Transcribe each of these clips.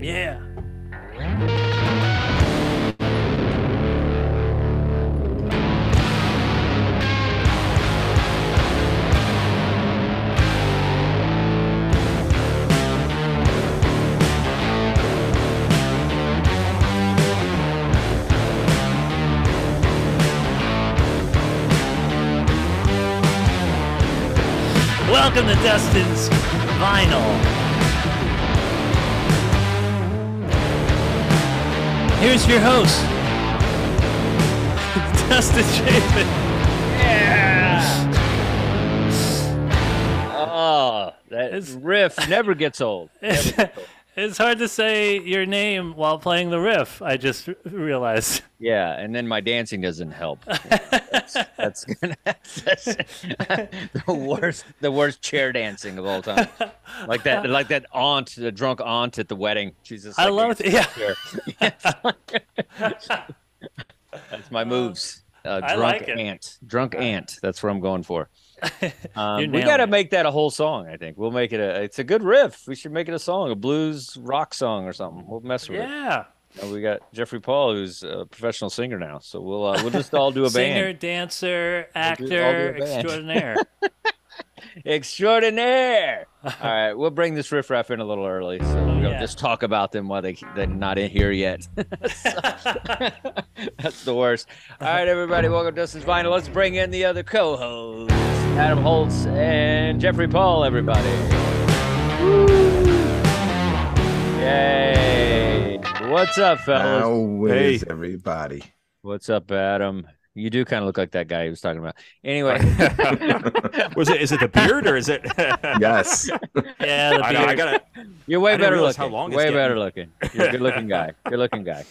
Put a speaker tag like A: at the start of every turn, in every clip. A: Yeah. Welcome to Dustin's Vinyl. Here's your host, Dustin Chapin.
B: Oh, that
A: It's-
B: riff never gets old. Never gets old.
A: It's hard to say your name while playing the riff. I just r- realized.
B: yeah, and then my dancing doesn't help. That's, that's, gonna- that's the worst, the worst chair dancing of all time. Like that, like that aunt, the drunk aunt at the wedding. She's just
A: I love
B: like,
A: it. Yeah,
B: chair. that's my moves. Uh,
A: I
B: drunk
A: like it.
B: aunt, drunk aunt. That's what I'm going for.
A: You're
B: Um, we
A: nailing
B: got to
A: it.
B: make that a whole song. I think we'll make it a. It's a good riff. We should make it a song, a blues rock song or something. We'll mess with it.
A: yeah.
B: And we got Jeffrey Paul, who's a professional singer now. So we'll uh, we'll just all do a
A: Singer,
B: band.
A: dancer,
B: do- I'll do a
A: actor,
B: band.
A: extraordinaire.
B: Extraordinaire. all right, we'll bring this riff raff in a little early, so we don't
A: yeah.
B: just talk about them while they they're not in here yet. That's the worst. All right, everybody, welcome to Dustin's Vinyl. Let's bring in the other co-hosts, Adam Holtz and Jeffrey Paul. Everybody. Woo. Yay! What's up, fellas?
C: How is everybody?
B: What's up, Adam? You do kind of look like that guy he was talking about. Anyway,
D: Was it? Is it the beard or is it?
C: Yes.
A: yeah, the
D: I, know, I
A: beard.
D: gotta.
B: you're way
D: didn't
B: better
D: realize
B: looking.
D: how long it's
B: way
D: getting.
B: better looking. You're a good looking guy. Good looking guy.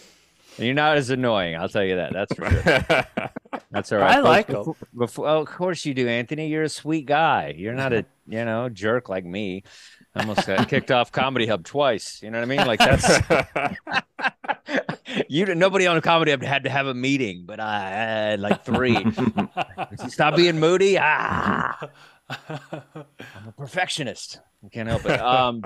B: And you're not as annoying. I'll tell you that. That's for sure. That's all right.
A: I like
B: Bef-
A: him.
B: before, oh, of course you do, Anthony. You're a sweet guy. You're not a you know jerk like me. I almost got kicked off Comedy Hub twice. You know what I mean? Like that's you. Nobody on Comedy Hub had to have a meeting, but I had like three. Stop being moody. Ah. perfectionist. I can't help it. Um,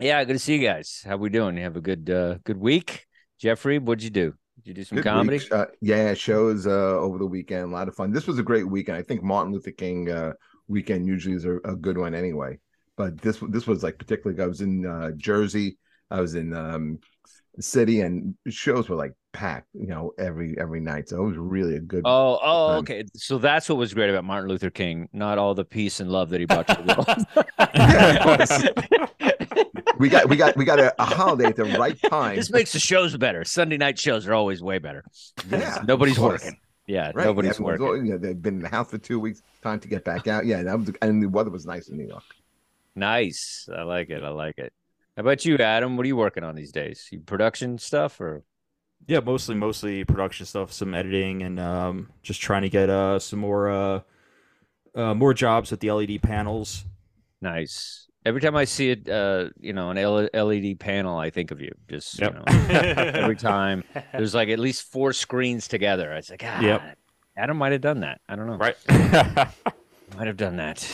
B: yeah, good to see you guys. How we doing? You have a good uh, good week, Jeffrey. What'd you do? Did you do some
C: Good
B: comedy?
C: week. Uh, yeah, shows uh, over the weekend. A lot of fun. This was a great weekend. I think Martin Luther King uh, weekend usually is a, a good one anyway. But this this was like particularly. I was in uh, Jersey. I was in um, the city, and shows were like packed. You know, every every night. So it was really a good.
B: Oh, oh,
C: Um,
B: okay. So that's what was great about Martin Luther King. Not all the peace and love that he brought to the world.
C: We got we got we got a, a holiday at the right time.
B: this makes the shows better. Sunday night shows are always way better.
C: Yeah,
B: nobody's
C: of course.
B: working. Yeah,
C: Right.
B: nobody's
C: Everyone's
B: working.
C: all- you know, they've been in the house for two weeks. Time to get back out. Yeah, that was, and the weather was nice in New York.
B: Nice. I like it. I like it. How about you, Adam? What are you working on these days? You production stuff or
D: yeah, mostly mostly production stuff, some editing, and um, just trying to get uh, some more uh, uh, more jobs with the LED panels.
B: nice? Every time I see it, uh, you know, an L- LED panel, I think of you. Just
D: Yep.
B: you know, every time there's like at least four screens together. I was like, ah,
D: Yep.
B: Adam might have done that. I don't know.
D: right.
B: Might have done that.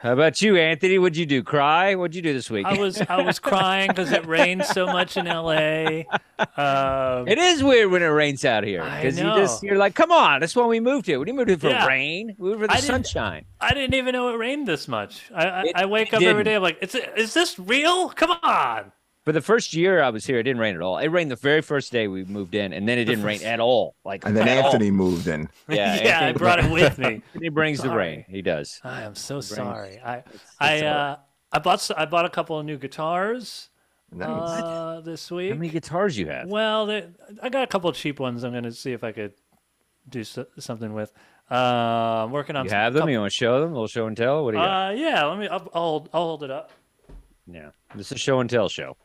B: How about you, Anthony? What'd you do? Cry? What'd you do this week?
A: I was I was crying because it rained so much in L.A. Um,
B: it is weird when it rains out here
A: I
B: because you
A: know.
B: just you're like, come on, that's when we moved here. What do you moved here for
A: Yeah.
B: rain? We moved for the
A: I didn't-
B: sunshine.
A: I didn't even know it rained this much. I I,
B: It-
A: I wake
B: it
A: up every
B: didn't.
A: day. I'm like, is it- is this real? Come on.
B: For the first year I was here, it didn't rain at all. It rained the very first day we moved in, and then it didn't rain at all. Like
C: And then
B: at all.
C: Anthony moved in.
B: yeah,
A: yeah, I
B: Anthony,
A: brought it with me.
B: Anthony brings the
A: Sorry.
B: rain. He does.
A: I am so
B: Brains.
A: sorry. I I
B: all right.
A: uh, I bought s- I bought a couple of new guitars
C: Nice.
A: uh, this week.
B: How many guitars you have?
A: Well, they, I got a couple of cheap ones. I'm going to see if I could do so, something with. Uh, working on
B: You
A: some-
B: have them?
A: couple-
B: You want to show them? A little show and tell? What do you got?
A: Uh, yeah. Let me. I'll, I'll hold. I'll hold it up.
B: Yeah. This is a show and tell show.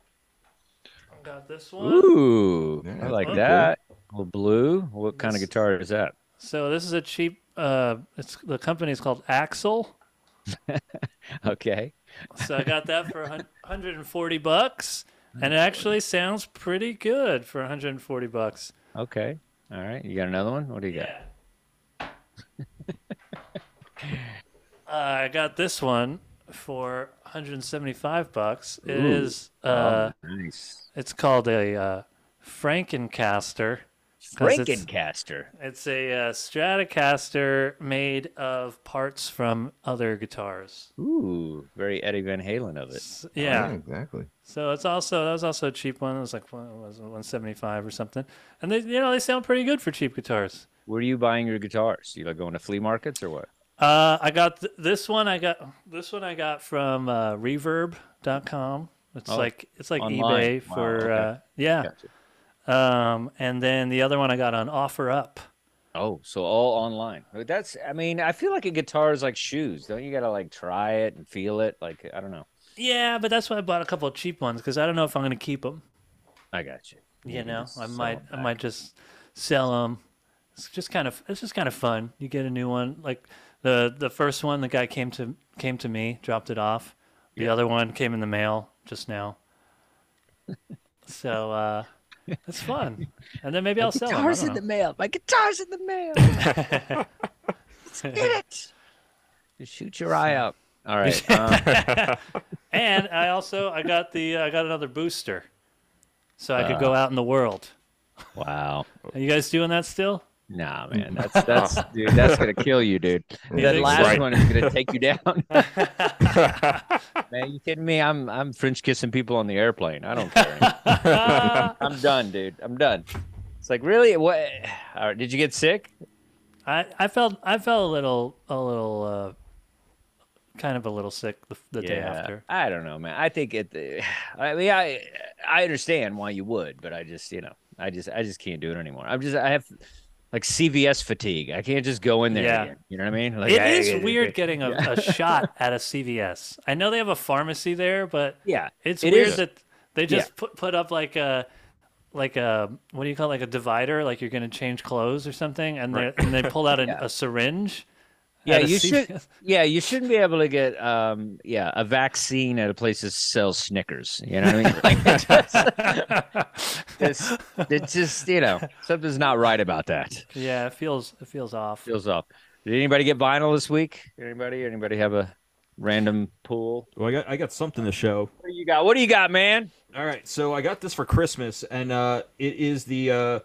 A: Got this
B: uh,
A: one.
B: Ooh.
C: Yeah,
B: I
C: that's
B: like
C: pretty cool.
B: that. A little blue. What kind of
A: This-
B: guitar is that?
A: So this is a cheap. Uh, it's the company's called Axel.
B: Okay.
A: So I got that for a hun- 140 bucks, and it actually sounds pretty good for 140 bucks.
B: Okay. All right. You got another one? What do you got?
A: Uh, I got this one for 175 bucks. It
B: Ooh.
A: is. Uh,
B: Nice.
A: It's called a uh, Frankencaster. 'cause it's-
B: Frankencaster.
A: It's a uh, Stratocaster made of parts from other guitars.
B: Ooh. Very Eddie Van Halen of it.
A: S- Yeah.
C: exactly.
A: So it's also that was also a cheap one. It was like what was one seventy five or something. And they you know they sound pretty good for cheap guitars.
B: Where are you buying your guitars? You like going to flea markets or what?
A: Uh, I got th- this one. I got this one. I got from uh, Reverb.com. It's
B: Oh,
A: like it's like
B: online.
A: eBay
B: Wow,
A: for
B: okay.
A: uh, yeah.
B: Gotcha.
A: Um, and then the other one I got on OfferUp.
B: Oh, so all online. But That's. I mean, I feel like a guitar is like shoes. Don't you gotta like try it and feel it? Like I don't know.
A: Yeah, but that's why I bought a couple of cheap ones because I don't know if I'm gonna keep them.
B: I got you.
A: you know
B: just
A: i
B: sell
A: might
B: them
A: i
B: back.
A: might just sell them it's just kind of it's just kind of fun you get a new one like the the first one the guy came to came to me dropped it off the other one came in the mail just now so uh it's fun and then maybe i'll sell
B: guitar's in the
A: them
B: mail. My guitar's in the mail. Get it. Just shoot your eye out. All right. Um,
A: and i also i got the uh, i got another booster so i could go
B: Uh.
A: out in the world
B: wow.
A: are you guys doing that still
B: Nah, man. That's that's dude. That's gonna kill you, dude. That
A: think
B: last
D: so?
B: one is gonna take you down. man, you kidding me? I'm I'm French kissing people on the airplane. I don't care. anymore. I'm done, dude. I'm done. It's like really. What? All right, did you get sick?
A: I, I felt I felt a little a little uh, kind of a little sick the, the day after.
B: I don't know, man. I think it. I mean, I I understand why you would, but I just you know, I just I just can't do it anymore. I'm just I have like CVS fatigue. I can't just go in there.
A: Yeah.
B: again, you know what I mean? Like,
A: It
B: I-
A: is
B: I-
A: weird getting a, a shot at a CVS. I know they have a pharmacy there, but
B: Yeah,
A: it's
B: it
A: weird
B: is.
A: that they just put put up like a like a what do you call it, like a divider, like you're going to change clothes or something, and they and they pull out a, a syringe.
B: Yeah,
A: at a
B: you should.
A: CVS.
B: Yeah, you shouldn't be able to get um yeah a vaccine at a place that sells Snickers. You know what I mean? Like, it's just, it's, it's just you know something's not right about that.
A: Yeah, it feels it feels off.
B: Feels off. Did anybody get vinyl this week? Anybody? Anybody have a random pool?
D: Well, I got I got something to show.
B: What do you got? What do you got, man?
D: All right, so I got this for Christmas, and uh, it is the uh,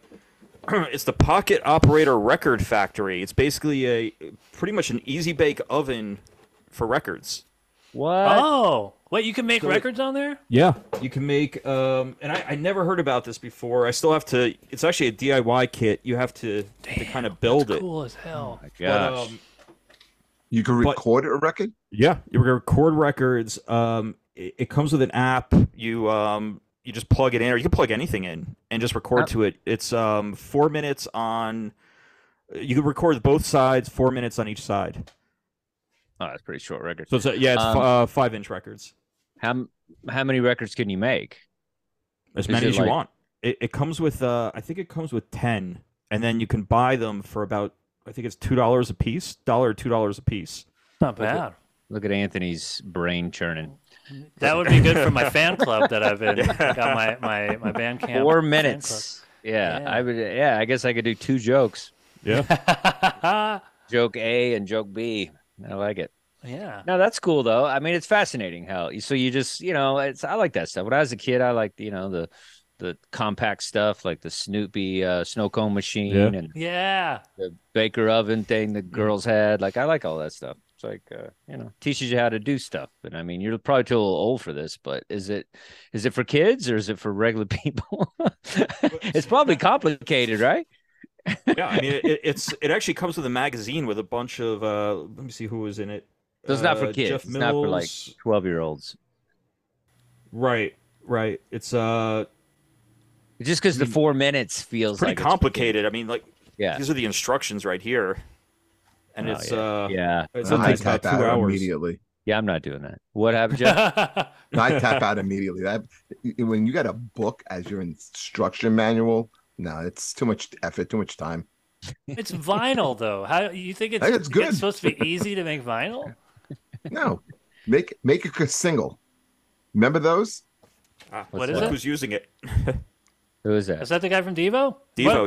D: it's the Pocket Operator Record Factory. It's basically a pretty much an easy bake oven for records.
B: What?
A: Oh, wait, you can make records on there?
D: Yeah, you can make. Um, and I, I never heard about this before. I still have to. It's actually a DIY kit. You have to to kind of build it.
A: Cool as hell.
B: Oh Gosh.
D: um,
C: You can
D: But-
C: record a record.
D: Yeah, you record records. Um, it, it comes with an app. You um, you just plug it in, or you can plug anything in and just record to it. It's um, four minutes on. You can record both sides, four minutes on each side.
B: oh, that's a pretty short record.
D: So it's a, yeah, it's
B: Um,
D: f- uh, five inch records,
B: How m- how many records can you make?
D: as
B: is
D: many
B: it
D: as you
B: like-
D: want. It, it comes with uh, I think it comes with ten, and then you can buy them for about I think it's two dollars a piece, dollar or two dollars a piece.
A: Not bad.
B: Look at Anthony's brain churning.
A: That would be good for my fan club that I've been got my my my band camp.
B: Four
A: fan
B: minutes. Yeah,
A: Yeah.
B: I would. Yeah, I guess I could do two jokes.
D: Yeah,
A: club.
B: Joke A and joke B. I like it.
A: yeah.
B: No, that's cool though. I mean, it's fascinating how so you just you know it's I like that stuff. When I was a kid, I liked you know the the compact stuff like the Snoopy uh, snow cone machine
D: Yeah.
B: and
A: Yeah.
B: the baker oven thing the girls had. Like I like all that stuff. It's like uh, you know teaches you how to do stuff. And I mean, you're probably too little old for this, but is it is it for kids or is it for regular people? it's probably complicated, right?
D: yeah. I mean, it, it's it actually comes with a magazine with a bunch of. Uh, let me see who was in it.
B: So it's not for
D: Uh,
B: kids.
D: Jeff
B: it's not for like
D: Mills.
B: twelve year olds.
D: Right, right. It's uh
B: Just because the four minutes feels
D: pretty
B: like it's-
D: complicated. I mean, like
B: Yeah.
D: these are the instructions right here, and
A: Oh,
D: it's
A: yeah.
D: uh
B: Yeah.
D: It
C: And
D: still
C: I
D: takes about
C: tap
D: two
C: out
D: hours.
C: immediately.
B: Yeah. I'm not doing that. What happened, Jeff?
A: yeah.
C: I tap out immediately. That when you got a book as your instruction manual, no, it's too much effort, too much time.
A: It's vinyl though. How you think it's,
C: think it's good.
A: supposed to be easy to make vinyl?
C: No, make make a single. Remember those?
D: Ah,
A: What
D: look
A: is it?
D: Who's using it?
B: Who is that?
A: Is that the guy from Devo?
D: Devo,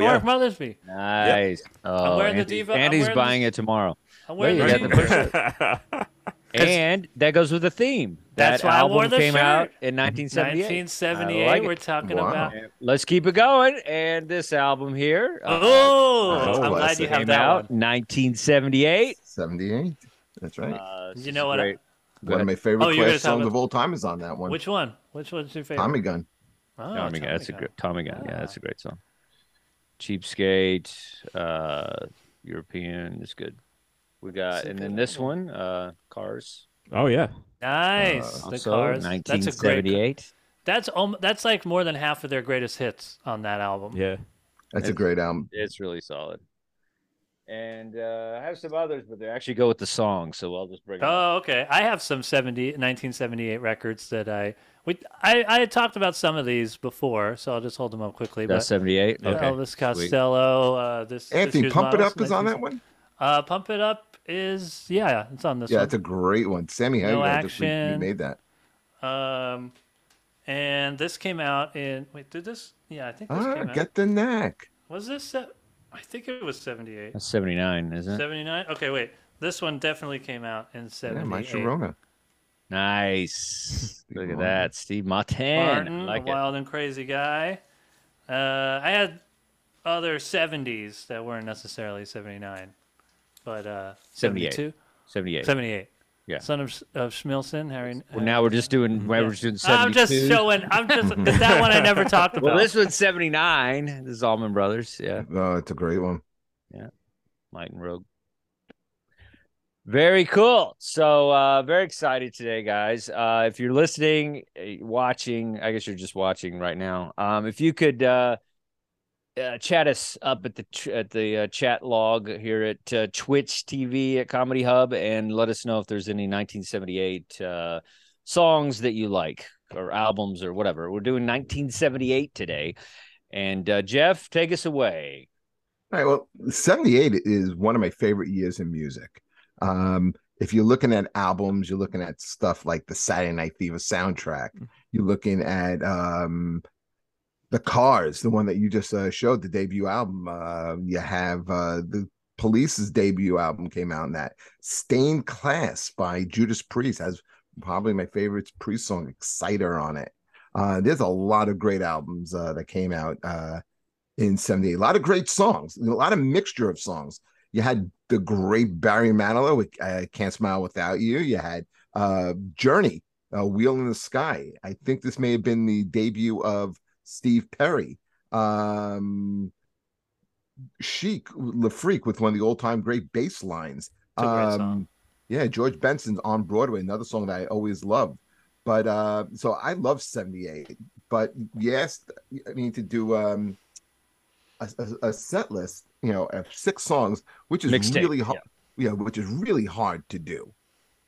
A: Mark-
D: yeah.
A: Mark Mothersby.
B: Nice. Oh,
A: I'm wearing the
B: Andy-
A: Devo- I'm
B: Andy's
A: wearing the-
B: buying it tomorrow.
A: I'm wearing
B: Well,
A: the
B: you got the
A: Devo.
B: first- and that goes with the theme.
A: That's
B: that
A: why I
B: album
A: wore the
B: came
A: shirt.
B: out in 1978.
A: 1978.
B: I like it.
A: we're talking
C: Wow.
A: about.
B: Let's keep it going. And this album here. uh,
A: Oh,
C: Oh,
A: I'm glad
C: that's
A: you
C: the
A: have
B: came
A: that
B: out
A: one.
B: 1978.
C: Seventy-eight. That's right.
B: Uh, this
A: You
B: is
A: know what?
B: great. Go
C: one of
B: ahead.
C: my favorite
A: Oh, you're gonna
C: Clash
A: talk
C: songs
A: about-
C: of all time is on that one.
A: Which one? Which one's your favorite?
C: Tommy Gun.
A: Oh,
B: Tommy Gun. That's a
A: Gun.
B: great Tommy Gun. Yeah, that's
A: Ah.
B: a great song. Cheapskate, uh, European is good. We got,
A: It's a
B: and
A: good
B: then this
A: album.
B: one, uh, Cars.
D: Oh yeah.
A: Nice. the
B: also
A: cars. That's a great.
B: 1978.
A: That's alm- that's like more than half of their greatest hits on that album.
D: Yeah.
C: That's
B: It's-
C: a great album.
B: It's really solid. And uh, I have some others, but they actually go with the song, so I'll just bring. them up.
A: Oh, okay. I have some 70, 1978 records that I we I, I had talked about some of these before, so I'll just hold them up quickly.
B: that's
A: but
B: 78.
A: uh,
B: Okay.
A: Elvis
B: Sweet.
A: Costello. Uh, this this
C: Anthony,
A: year's
C: Pump It
A: models,
C: Up is on
A: 19-
C: that one.
A: Uh, Pump It Up is yeah, it's on this
C: Yeah,
A: one.
C: it's a great one. Sammy
A: No
C: Hagar just re-
A: Action.
C: remade that.
A: Um, and this came out in wait, did this? Yeah, I think this
C: Ah,
A: came out.
C: get the knack.
A: Was this? se- I think it was 78.
B: That's 79, isn't it?
A: 79? Okay, wait. This one definitely came out in
C: Yeah,
A: 78.
C: my Sharona.
B: Nice. Look at
C: Martin.
B: that, Steve Martin. I
A: Barton,
B: like
A: the
B: it.
A: wild and crazy guy. Uh, I had other 70s that weren't necessarily 79, but uh,
B: 78.
A: 72?
B: 78.
A: 78.
B: Yeah.
A: Son of, Sch- of Schmilson, Harry.
B: Well, now we're just doing. We're just doing 72.
A: I'm just showing. I'm just 'cause that one I never talked about.
B: Well, this one's 79. This is Allman Brothers. Yeah.
C: Oh, it's a great one.
B: Light and Rogue. Very cool. So uh very excited today, guys. Uh if you're listening, eh, watching, I guess you're just watching right now. Um if you could uh uh, chat us up at the ch- at the uh, chat log here at uh, Twitch TV at Comedy Hub and let us know if there's any 1978 uh, songs that you like or albums or whatever. We're doing 1978 today, and uh, Jeff, take us away.
C: All right. Well, 78 is one of my favorite years in music. Um, if you're looking at albums, you're looking at stuff like the Saturday Night Fever soundtrack, you're looking at um, the Cars, the one that you just uh, showed, the debut album. Uh, you have uh, the Police's debut album came out in that Stained Class by Judas Priest has probably my favorite Priest song, Exciter, on it. Uh, there's a lot of great albums uh, that came out uh, in 78. A lot of great songs, a lot of mixture of songs. You had the great Barry Manilow with uh, Can't Smile Without You. You had uh, Journey, uh, Wheel in the Sky. I think this may have been the debut of Steve Perry. Um, Chic, La Freak with one of the all time great bass lines. Um,
A: It's a great song.
C: Yeah, George Benson's on Broadway, another song that I always love. But uh, so I love 78. But yes, I mean, to do um, a, a, a set list, you know, of six songs, which is
B: Mixtape,
C: really hard, yeah. which is really hard to do.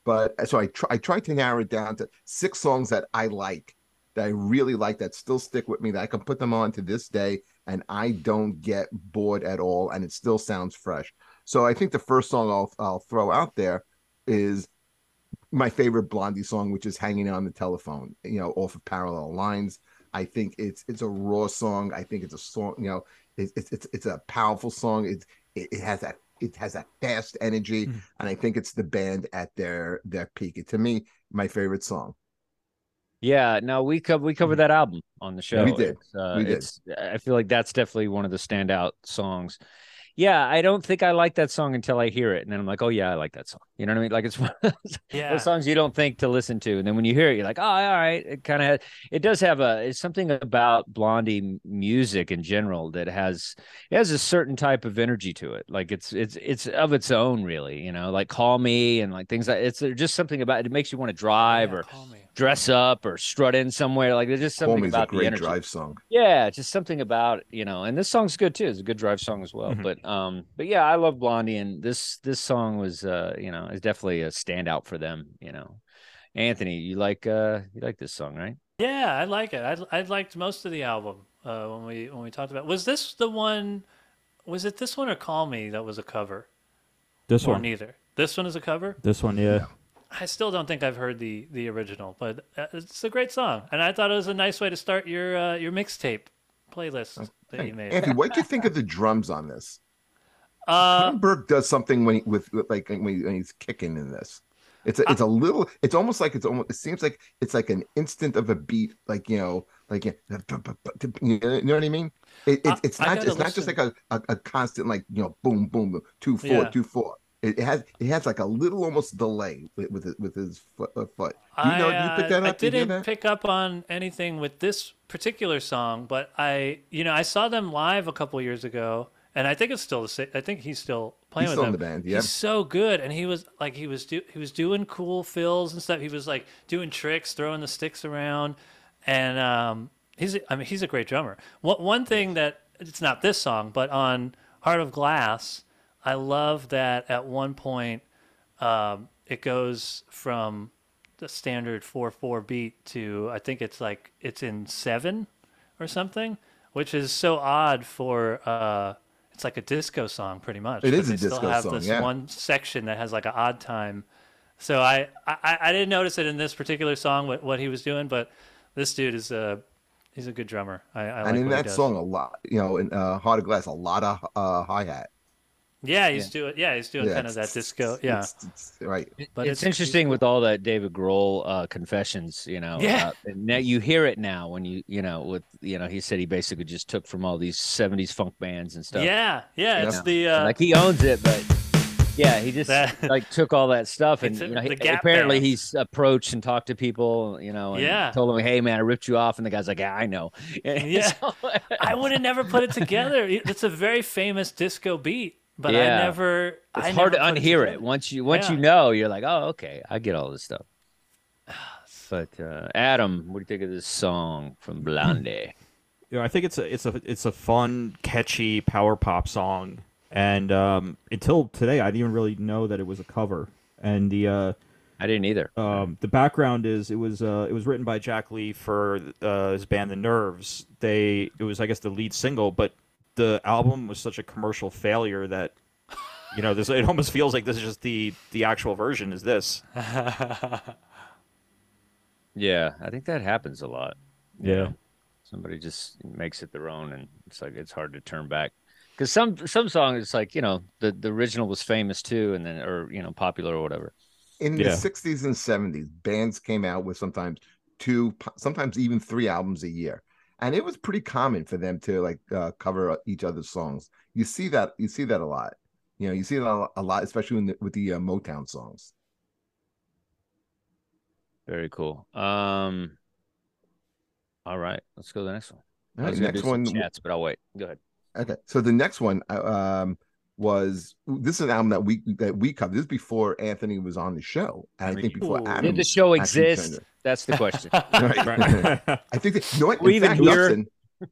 C: But so I try, I tried to narrow it down to six songs that I like, that I really like, that still stick with me, that I can put them on to this day, and I don't get bored at all, and it still sounds fresh. So I think the first song I'll I'll throw out there is my favorite Blondie song, which is "Hanging on the Telephone," you know, off of Parallel Lines. I think it's it's a raw song. I think it's a song, you know, it's it's it's, it's a powerful song. It's it, it has that it has that fast energy,
D: Mm.
C: and I think it's the band at their their peak. To me, my favorite song.
B: Yeah, no, we co- we covered that album on the show.
C: Mm-hmm. we did.
B: It's, uh,
C: We did.
B: It's, I feel like that's definitely one of the standout songs. yeah, I don't think I like that song until I hear it, and then I'm like, oh yeah, I like that song. You know what I mean? Like it's one of those,
A: Yeah.
B: those songs you don't think to listen to, and then when you hear it, you're like, oh, all right. It kind of it does have a it's something about Blondie m- music in general that has it has a certain type of energy to it. Like it's it's it's of its own, really. You know, like Call Me and like things like it's there's just something about it. It makes you want to drive
A: Yeah,
B: or
A: call me.
B: dress up or strut in somewhere. Like there's just
C: Call
B: something
C: Me's a
B: about the
C: great
B: energy.
C: drive song.
B: Yeah, just something about you know, and this song's good too. It's a good drive song as well.
D: Mhm.
B: But um, but yeah, I love Blondie, and this this song was uh, you know, is definitely a standout for them. You know, Anthony, you like uh, you like this song, right?
A: Yeah, I like it. I I liked most of the album uh, when we when we talked about. Was this the one? Was it this one or Call Me that was a cover?
D: This
A: Or
D: one,
A: neither. This one is a cover.
D: this one, yeah.
A: I still don't think I've heard the the original, but uh, it's a great song, and I thought it was a nice way to start your uh, your mixtape playlist that you made.
C: Anthony, what do you think of the drums on this?
A: Uh,
C: Tom Burke does something when he, with with, like when, he, when he's kicking in this. It's a, it's a little. It's almost like it's almost. It seems like it's like an instant of a beat. Like you know, like you know, you know what I mean. It,
A: I-
C: it's it's
A: I
C: not. It's
A: gotta
C: not just
A: listen.
C: like a, a, a constant like you know boom boom boom two four
A: Yeah.
C: two four. It, it has it has like a little almost delay with with, his- with his foot. Uh, foot. You know,
A: I,
C: you pick
A: uh,
C: that
A: I
C: up. You hear
A: didn't
C: that?
A: pick up on anything with this particular song, but I, you know, I saw them live a couple years ago, and I think it's still the same. I think he's still playing
C: He's
A: with
C: still
A: them.
C: in the band, yeah.
A: He's so good, and he was like, he was do, he was doing cool fills and stuff. He was like doing tricks, throwing the sticks around, and um, he's, I mean, he's a great drummer. One one thing that it's not this song, but on Heart of Glass, I love that at one point um, it goes from the standard four four beat to I think it's like it's in seven or something, which is so odd for uh, it's like a disco song pretty much.
C: It
A: but
C: is a
A: they still
C: disco
A: have
C: song,
A: This
C: yeah.
A: one section that has like an odd time. So I, I I didn't notice it in this particular song what, what he was doing, but this dude is a he's a good drummer. I, I like
C: and in
A: what he
C: that
A: does.
C: song, a lot. You know, in uh, Heart of Glass, a lot of uh, hi hat.
A: Yeah, he's doing yeah he's doing kind of that disco yeah.
C: right.
A: But
B: But it's,
A: it's-
B: interesting with all that David Grohl uh, confessions, you know.
A: Yeah.
B: uh, and now you hear it now when you you know with you know he said he basically just took from all these '70s funk bands and stuff.
A: Yeah, yeah, it's the uh,
B: like he owns it, but yeah, he just
A: That-
B: like took all that stuff and
A: It's a-
B: you know,
A: the
B: he-
A: Gap
B: apparently
A: Band.
B: he's approached and talked to people, you know, and
A: Yeah.
B: told them, "Hey, man, I ripped you off," and the guy's like, "Yeah, I know." And
A: Yeah.
B: so-
A: I would have never put it together. It- It's a very famous disco beat, but
B: Yeah.
A: I never.
B: it's
A: I
B: hard to
A: never put
B: unhear it
A: together.
B: once you once
A: Yeah.
B: you know. You're like, "Oh, okay, I get all this stuff." But uh, Adam, what do you think of this song from Blondie?
D: you know, I think it's a it's a it's a fun, catchy power pop song. And um, until today, I didn't even really know that it was a cover. And the uh,
B: I didn't either.
D: um, the background is it was uh, it was written by Jack Lee for uh, his band The Nerves. They it was I guess the lead single, but the album was such a commercial failure that you know this it almost feels like this is just the the actual version is this.
B: Yeah, I think that happens a lot.
D: Yeah.
B: somebody just makes it their own and it's like it's hard to turn back because some some song is like you know the the original was famous too and then or you know popular or whatever
C: in
D: Yeah.
C: the 60s and 70s bands came out with sometimes two po- sometimes even three albums a year and it was pretty common for them to like uh, cover each other's songs you see that you see that a lot you know you see that a lo- a lot especially in the, with the uh, motown songs
B: very cool um all right let's go to the next one
C: All
B: I
C: right,
B: was gonna do
C: next
B: some
C: one
B: chats but i'll wait go ahead
C: okay so the next one uh, um was this is an album that we that we covered this is before anthony was on the show and i think before
A: Ooh.
C: adam
B: did the show
C: actually
B: exist
C: turned
B: that's the question
C: it. Right. I think that, you know what?
B: We
C: In
B: even
C: fact,
B: hear-
C: Nelson,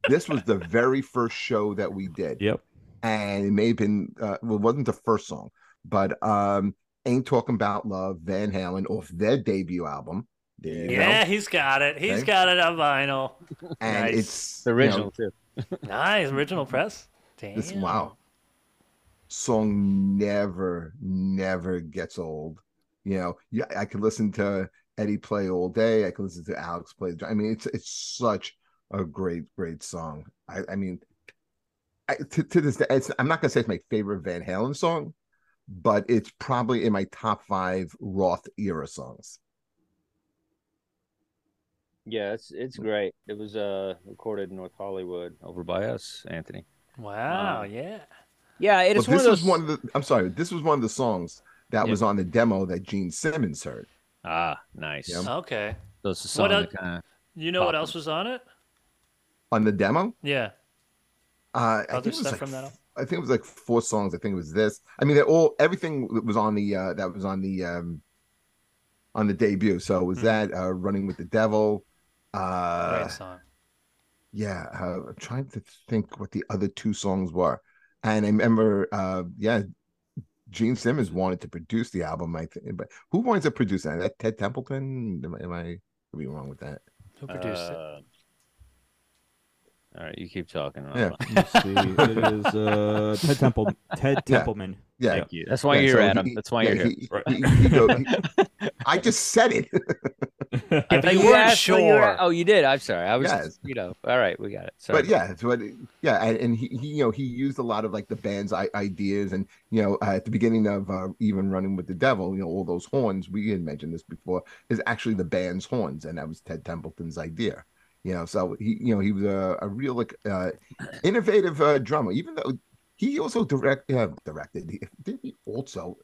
C: this was the very first show that we did.
D: Yep.
C: And it may have been, uh, well, it wasn't the first song, but um, Ain't Talking About Love, Van Halen, off their debut album. There you
A: Yeah, he's got it. He's
C: Okay.
A: got it on vinyl.
C: go. And
A: nice.
C: it's
B: the
C: you know,
B: original too
A: Nice original press. Damn.
C: this wow song never never gets old you know yeah i could listen to eddie play all day i could listen to alex play i mean it's it's such a great great song i i mean I, to, to this day it's, i'm not gonna say it's my favorite van halen song but it's probably in my top five roth era songs
B: yeah it's it's great it was uh recorded in north hollywood over by us anthony
A: Wow.
B: Wow.
A: Yeah.
B: Yeah, it
C: But
B: is
C: this
B: one of
C: was
B: those.
C: one of the. I'm sorry. This was one of the songs that
B: Yeah.
C: was on the demo that Gene Simmons heard.
B: Ah, nice.
C: Yeah.
A: Okay.
B: So it's a
A: What
B: song
A: el-
B: that kinda-
A: You know what
B: Poppin'.
A: else was on it?
C: On the demo,
A: Yeah.
C: uh, I think
A: Other
C: it was
A: stuff
C: like
A: from that. al-
C: I think it was like four songs. I think it was this. I mean, they're all everything that was on the uh, that was on the um, on the debut. So it was
A: Mhm.
C: that uh, "Running with the Devil"? Uh,
A: Great song.
C: Yeah, uh, I'm trying to think what the other two songs were, and I remember, uh, yeah, Gene Simmons wanted to produce the album. I think, but who wanted to produce that? That Ted Templeton? Am, I- am I could be wrong with that?
A: Who produced it?
B: uh, All right, you keep talking. Rafa.
C: Yeah,
D: Let's see. It is uh, Ted Temple. Ted
C: Yeah.
D: Templeman.
C: yeah.
B: Thank you. That's why
C: yeah,
B: you're
C: so
B: here, Adam.
C: he-
B: That's why
C: yeah,
B: you're here.
C: he-
D: Right.
C: he- he go- he- I just said it.
A: If you
B: You
A: weren't
B: asked what you were-
A: sure.
B: oh, you did. I'm sorry. I was.
C: Yes.
B: You know. All right, we got it. Sorry.
C: but yeah, it's what yeah, and, and he, he you know he used a lot of like the band's I- ideas, and you know uh, at the beginning of uh, even running with the devil, you know all those horns we had mentioned this before is actually the band's horns, and that was Ted Templeton's idea. You know, so he you know he was a, a real like uh, innovative uh, drummer, even though he also direct uh, directed. He- Did he also?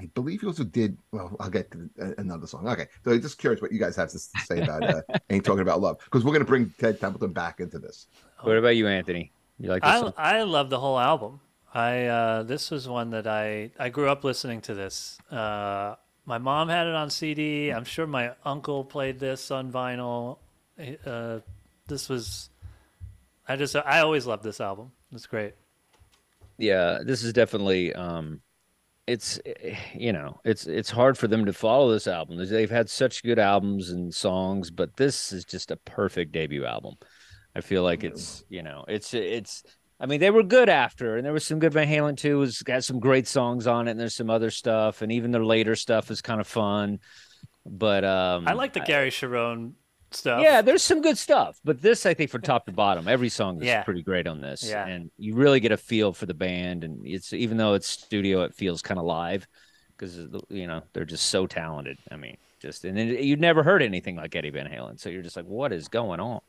C: I believe he also did. Well, I'll get to uh, another song. Okay, so just curious what you guys have to s- say about uh, "Ain't Talking About Love" because we're gonna bring Ted Templeton back into this.
B: What about you, Anthony? You like this?
A: I
B: song?
A: I love the whole album. I uh, this was one that I I grew up listening to this. Uh, my mom had it on CD. I'm sure my uncle played this on vinyl. Uh, this was I just I always loved this album. It's great.
B: yeah this is definitely um it's eh, you know it's it's hard for them to follow this album they've had such good albums and songs but this is just a perfect debut album i feel like
A: Mm.
B: it's you know it's it's i mean they were good after and there was some good van halen too has got some great songs on it and there's some other stuff and even their later stuff is kind of fun but um
A: I like the Gary Sharon stuff.
B: yeah, there's some good stuff, but this I think from top to bottom, every song is
A: Yeah.
B: pretty great on this.
A: Yeah.
B: And you really get a feel for the band and it's even though it's studio it feels kind of live cuz you know, they're just so talented. I mean, just and then you'd never heard anything like Eddie Van Halen, so you're just like what is going on?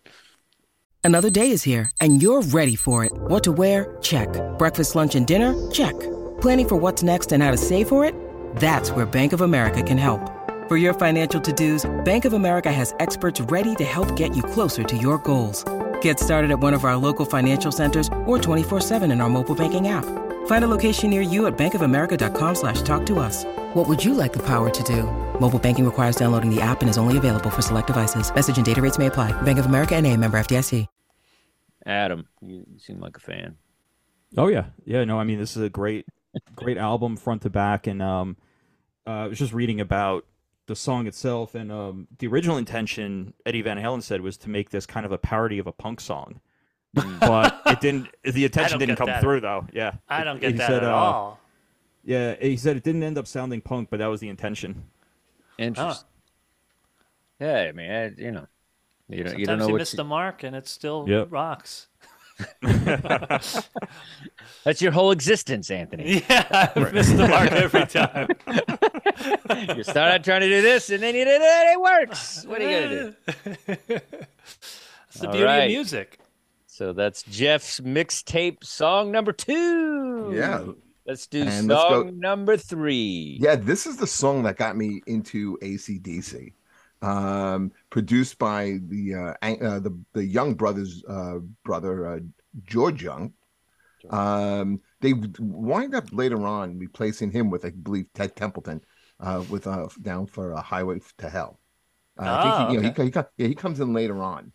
E: Another day is here, and you're ready for it. What to wear? Check. Breakfast, lunch, and dinner? Check. Planning for what's next and how to save for it? That's where Bank of America can help. For your financial to dos, Bank of America has experts ready to help get you closer to your goals. Get started at one of our local financial centers or 24-7 in our mobile banking app. Find a location near you at bankofamerica.com slash talk to us. What would you like the power to do? Mobile banking requires downloading the app and is only available for select devices. Message and data rates may apply. Bank of America and a member FDIC.
B: Adam, you seem like a fan.
D: Oh yeah, yeah. No, I mean this is a great, great album front to back, and um, uh, I was just reading about the song itself, and um, the original intention Eddie Van Halen said was to make this kind of a parody of a punk song, but it didn't. The
A: don't
D: attention didn't
A: get
D: come
A: that.
D: through though. Yeah,
A: I don't get
D: He
A: that
D: said,
A: at
D: uh,
A: all.
D: Yeah, he said it didn't end up sounding punk, but that was the intention.
B: Interesting. Yeah, I mean, I, you know, you don't,
A: Sometimes
B: you don't know
A: you
B: what
A: miss
B: you-
A: the mark and it still
D: Yep.
A: rocks.
B: that's your whole existence, Anthony.
A: Yeah, I missed the mark every time.
B: you start out trying to do this, and then you did it. and It works. What are you gonna do?
A: It's the
B: All
A: beauty
B: right.
A: of music.
B: So that's Jeff's mixtape song number two.
C: Yeah.
B: Let's do song
C: And let's go-
B: number three.
C: Yeah, this is the song that got me into ACDC. Um, produced by the uh, Ang- uh, the the Young brothers uh, brother uh, George Young. Um, they wind up later on replacing him with, I believe, Ted Templeton, uh, with uh, down for a Highway to Hell. Uh, I think he,
A: Oh,
C: you know, he, he, co- yeah, he comes in later on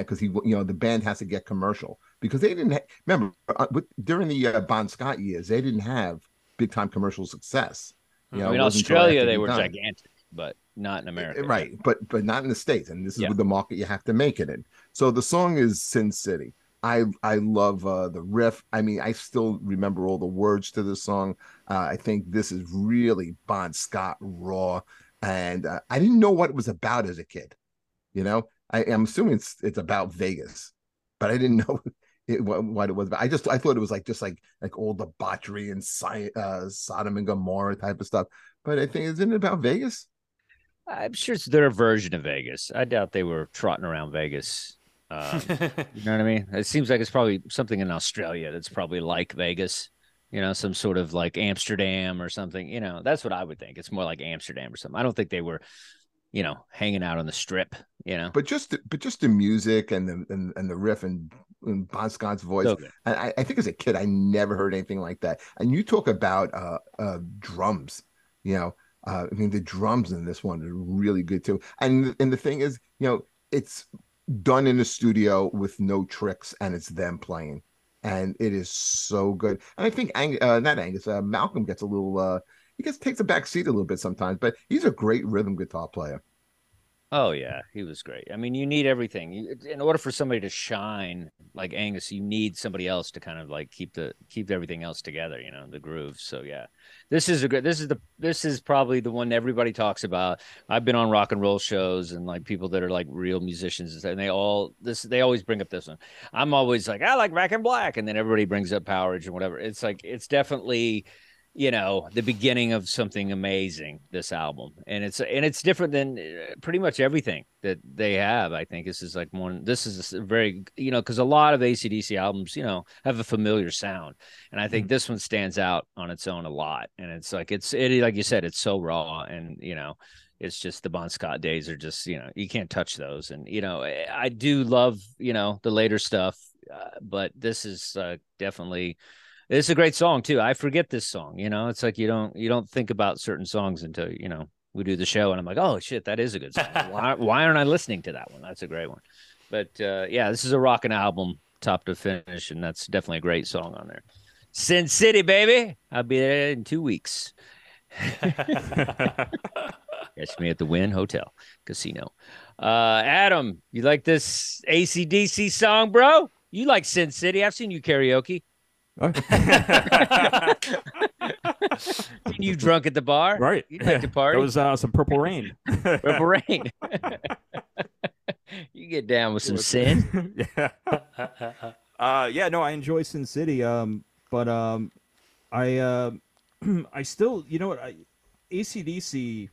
C: because he you know the band has to get commercial because they didn't ha- remember uh, with, during the uh, Bon Scott years they didn't have big time commercial success. You know,
B: I
C: it
B: mean,
C: wasn't
B: Mm-hmm.
C: till
B: Australia,
C: after
B: they
C: Big
B: were
C: Time.
B: gigantic, but not in America.
C: Right, but but not in the states, and this is
B: Yeah.
C: with the market you have to make it in. So the song is Sin City. I I love uh, the riff. I mean, I still remember all the words to this song. Uh, I think this is really Bon Scott raw, and uh, I didn't know what it was about as a kid. You know, I, I'm assuming it's it's about Vegas, but I didn't know it, what, what it was about. I just I thought it was like just like like all debauchery and sci- uh, Sodom and Gomorrah type of stuff. But I think isn't it about Vegas?
B: I'm sure it's their version of Vegas. I doubt they were trotting around Vegas. Um, you know what I mean? It seems like it's probably something in Australia that's probably like Vegas. you know, some sort of like Amsterdam or something. You know, that's what I would think. It's more like Amsterdam or something. I don't think they were, you know, hanging out on the strip. You know,
C: but just the- but just the music and the and, and the riff and, and Bon Scott's voice.
B: So good.
C: And I, I think as a kid, I never heard anything like that. And you talk about uh, uh, drums, you know, uh, I mean, the drums in this one are really good too. And and the thing is, you know, it's done in a studio with no tricks, and it's them playing, and it is so good. And I think Ang- uh, not Angus, uh, Malcolm gets a little. Uh, he gets takes a back seat a little bit sometimes, but he's a great rhythm guitar player.
B: Oh yeah, he was great. I mean, you need everything. You, in order for somebody to shine like Angus, you need somebody else to kind of like keep the keep everything else together, you know, the groove. So yeah. This is a good this is the this is probably the one everybody talks about. I've been on rock and roll shows and like people that are like real musicians and stuff, and they all this they always bring up this one. I'm always like, I like Rack and Black and then everybody brings up Powerage and whatever. It's like it's definitely you know the beginning of something amazing this album and it's and it's different than uh, pretty much everything that they have i think this is like one this is a very you know because a lot of acdc albums you know have a familiar sound and i think this one stands out on its own a lot and it's like it's it like you said it's so raw and you know it's just the bon scott days are just you know you can't touch those and you know i I do love you know the later stuff uh, but this is uh, definitely it's a great song too. I forget this song. You know, it's like you don't you don't think about certain songs until you know we do the show, and I'm like, oh shit, that is a good song. why why aren't I listening to that one? That's a great one. But uh, yeah, this is a rocking album, top to finish, and that's definitely a great song on there. Sin City, baby. I'll be there in two weeks. Catch me at the Wynn Hotel Casino. Uh, Adam, you like this ACDC song, bro? You like Sin City? I've seen you karaoke. Oh. Seen you drunk at the bar.
D: right.
B: You like to party.
D: That was uh, some Purple Rain.
B: Purple rain. you get down with some sin.
D: yeah. Uh, yeah, no, I enjoy Sin City. Um, but um, I uh, I still, you know what, I, ACDC.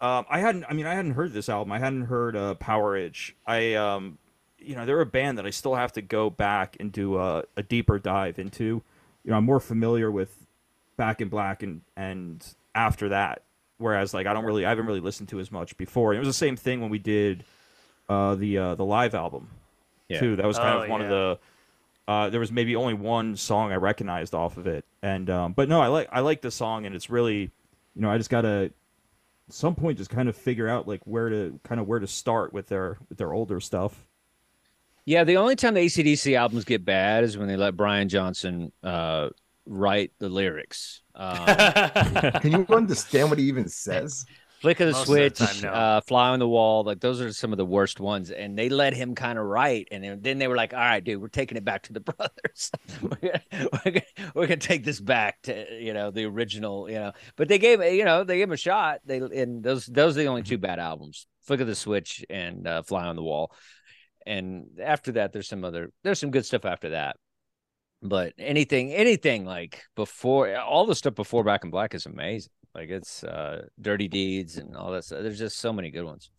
D: Um, I hadn't. I mean, I hadn't heard this album. I hadn't heard uh, Power Edge. I, um, you know, they're a band that I still have to go back and do a, a deeper dive into. You know, I'm more familiar with Back in Black and and after that. Whereas, like, I don't really, I haven't really listened to as much before. And it was the same thing when we did uh, the uh, the live album
B: Yeah.
D: too. That was kind
A: Oh,
D: of one
A: yeah.
D: of the. Uh, there was maybe only one song I recognized off of it, and um, but no, I like I like the song, and it's really, you know, I just gotta at some point just kind of figure out like where to kind of where to start with their with their older stuff.
B: Yeah, the only time the ACDC albums get bad is when they let Brian Johnson uh, write the lyrics. Um,
C: Can you understand what he even says?
B: Flick of the
A: Most of the
B: Switch,
A: time, no.
B: uh, Fly on the Wall, like those are some of the worst ones. And they let him kind of write, and then- then they were like, "All right, dude, we're taking it back to the brothers. we're, gonna, we're, gonna, we're gonna take this back to you know the original, you know." But they gave you know they gave him a shot. They and those those are the
A: Mm-hmm.
B: only two bad albums: Flick of the Switch and uh, Fly on the Wall. And after that, there's some other there's some good stuff after that. But anything, anything like before all the stuff before Back in Black is amazing. Like it's uh Dirty Deeds and all that stuff. There's just so many good ones.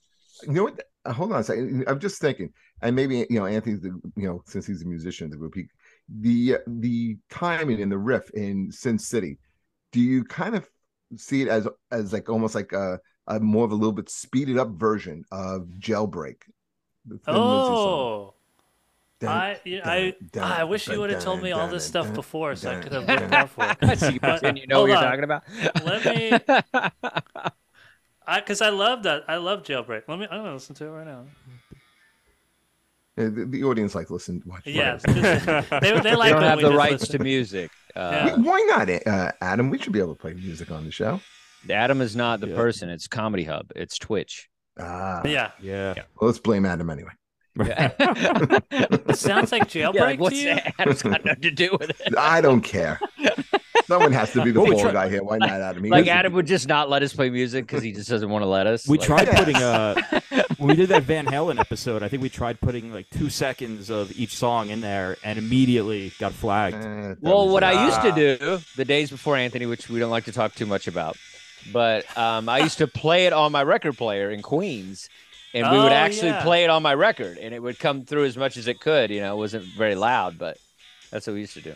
C: You know what? uh, Hold on a second. I'm just thinking, and maybe you know Anthony's the you know since he's a musician of the group, he, the the timing and the riff in Sin City. Do you kind of see it as as like almost like a, a more of a little bit speeded up version of Jailbreak? the Thin Lizzy
A: oh,
C: song? Dun,
A: I, yeah, I,
C: dun,
A: I wish you
C: dun,
A: would have told
C: dun,
A: me all
C: dun,
A: this stuff
C: dun,
A: before so I
C: dun,
A: could have
C: dun,
A: looked out for it.
B: So you
A: But-
B: pretend you know what
A: hold
B: you're
A: on.
B: talking about.
A: Let me, I, because I love that. I love Jailbreak. Let me, I'm gonna listen to it right now.
C: Uh, The, the audience like listen, watch.
A: Yeah,
C: whatever.
A: just- they, they
B: I
A: like
B: don't
A: when
B: have
A: we
B: the
A: just
B: rights
A: listen.
B: to music. Uh,
A: Yeah.
C: We- why not, uh, Adam? We should be able to play music on the show.
B: Adam is not the
D: Yeah.
B: person. It's Comedy Hub. It's Twitch.
C: Ah,
A: Yeah,
D: Yeah,
C: well, let's blame Adam anyway.
B: Yeah.
A: it sounds like
B: Yeah,
A: Jailbreak
B: like,
A: to
B: what's
A: you.
B: that? Adam's got nothing to do with it.
C: I don't care. Someone has to be the
D: Well, we
C: fall
D: try-
C: guy here. Why not Adam? He
B: Like
C: is-
B: Adam would just not let us play music because he just doesn't want to let us.
D: we
B: Like,
D: tried putting uh when we did that Van Halen episode. I think we tried putting like two seconds of each song in there, and immediately got
C: Eh,
D: flagged.
C: that
B: Well,
C: was
B: what
C: it.
B: I used
D: Ah.
B: to do the days before Anthony, which we don't like to talk too much about, but um, I used to play it on my record player in Queens, and we would
A: Oh,
B: actually
A: yeah.
B: play it on my record, and it would come through as much as it could. You know, it wasn't very loud, but that's what we used to do.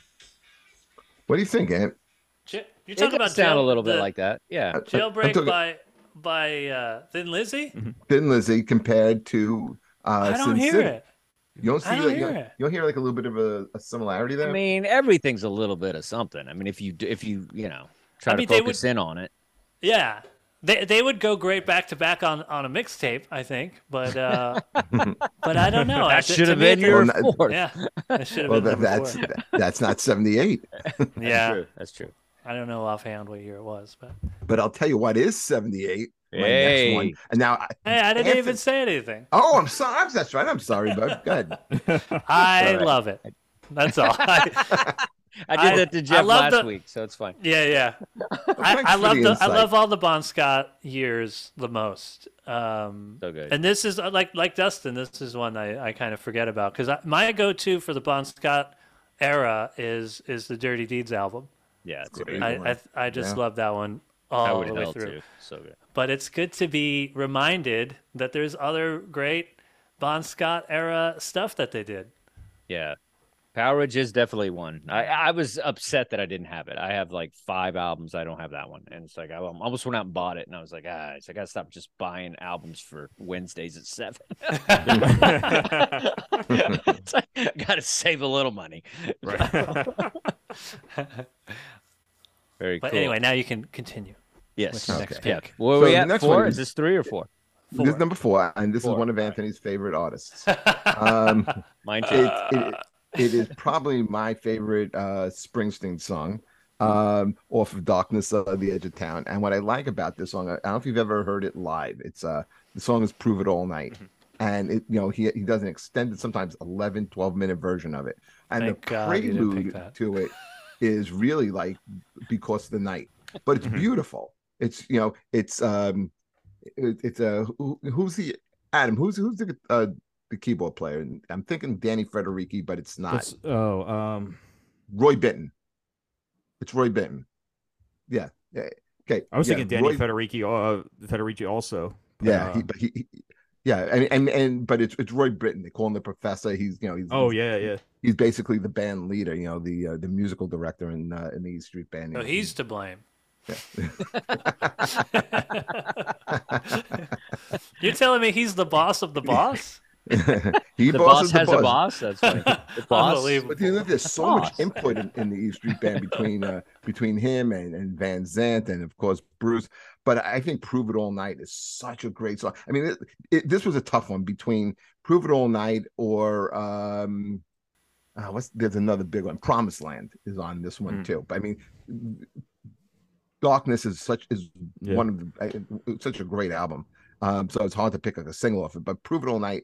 C: What do you think, Ant?
A: J- You're
B: It
A: talking
B: does
A: about
B: sound
A: jail-
B: a little bit
A: the
B: like that. Yeah.
C: I'm
A: jailbreak
C: talking-
A: by by uh, Thin Lizzy.
C: Thin Lizzy compared to uh,
A: I don't
C: Sin
A: hear
C: City.
A: it.
C: You don't see
A: I don't
C: like you
A: hear
C: don't,
A: it.
C: you don't hear like a little bit of a, a similarity there.
B: I mean, everything's a little bit of something. I mean, if you do- if you you know try
A: I mean,
B: to
A: they
B: focus in on it,
A: Yeah, they they would go great back to back on on a mixtape, I think. But uh, but I don't know.
B: that
A: To-
B: should
A: to
B: have
A: me,
B: been
A: it-
B: your
C: Well,
B: fourth.
A: Yeah, that should have
C: well,
A: been
C: that,
A: number
C: that's
A: four.
C: that- that's not seventy eight.
A: Yeah,
B: True. That's true.
A: I don't know offhand what year it was, but
C: But I'll tell you what is seventy eight.
B: Hey.
C: And now, I,
A: hey, I didn't
C: Anthony-
A: even say anything.
C: oh, I'm sorry. I'm- That's right. I'm sorry, bud. Go ahead.
A: I
B: Sorry.
A: love it. That's all. I-
B: I did
A: I-
B: that to
A: I
B: Jeff
A: love
B: last
A: the-
B: week, so it's fine.
A: yeah, yeah. I,
C: Thanks
A: I
C: for
A: love
C: the
A: the, I
C: insight.
A: love all the Bon Scott years the most. Um,
B: So good.
A: And this is uh, like like Dustin. This is one I, I kind of forget about because my go to for the Bon Scott era is is the Dirty Deeds album.
B: Yeah, it's
C: Great.
B: great.
A: I,
C: one.
A: I I just
C: Yeah.
A: love that one
B: I
A: all
B: would
A: the
B: have
A: way
B: held
A: through.
B: too. So good.
A: But it's good to be reminded that there's other great Bon Scott era stuff that they did.
B: Yeah. Power Ridge is definitely one. I, I was upset that I didn't have it. I have like five albums. I don't have that one. And it's like, I al- almost went out and bought it. And I was like, ah, it's, I got to stop just buying albums for Wednesdays at seven. it's like, I got to save a little money. Very
A: But
B: cool.
A: anyway, now you can continue.
B: yes.
A: your next
B: Yeah.
A: pick?
B: Where
C: So
B: we
C: the
B: at?
C: next
B: Four?
C: one
B: Is
C: is-
B: this three or four?
C: This is number four, and this
B: Four.
C: is one of Anthony's favorite artists. Um,
B: Mine too.
C: it, it, it is probably my favorite uh, Springsteen song um, off of Darkness of the Edge of Town. And what I like about this song, I don't know if you've ever heard it live. It's uh, the song is Prove It All Night.
A: Mm-hmm.
C: And it, you know, he he does an extended, sometimes 11, 12 minute version of it. And
A: Thank
C: the
A: God you didn't pick
C: prelude
A: that.
C: to it is really like because of the night, but it's
A: Mm-hmm.
C: beautiful. It's you know, it's um, it, it's uh, who, who's the Adam? Who's who's the uh, the keyboard player? And I'm thinking Danny Federici, but it's not.
D: That's- oh, um,
C: Roy Benton. It's Roy Benton. Yeah. yeah. Okay.
D: I was
C: yeah,
D: thinking Danny
C: Roy-
D: Federici, uh, Federici also. but,
C: Yeah,
D: uh,
C: he, but he, he- yeah, and, and and but it's it's Roy Britton. They call him the professor. He's you know he's
D: oh
C: he's,
D: yeah, yeah.
C: he's basically the band leader. You know the uh, the musical director in uh, in the East Street Band.
A: So he's to blame. You're telling me he's the boss of the boss?
C: he
B: the boss
C: bosses
B: has a boss. That's funny. The boss.
A: Unbelievable.
C: But you know, there's so
B: Boss.
C: much input in, in the East Street Band between uh, between him and, and Van Zant and of course Bruce. But I think "Prove It All Night" is such a great song. I mean, it, it, this was a tough one between "Prove It All Night" or um, uh, what's there's another big one. "Promised Land" is on this one
D: Mm.
C: too. But I mean, "Darkness" is such is
D: Yeah.
C: one of the, I- it's such a great album. Um, so it's hard to pick like a single off it. But "Prove It All Night"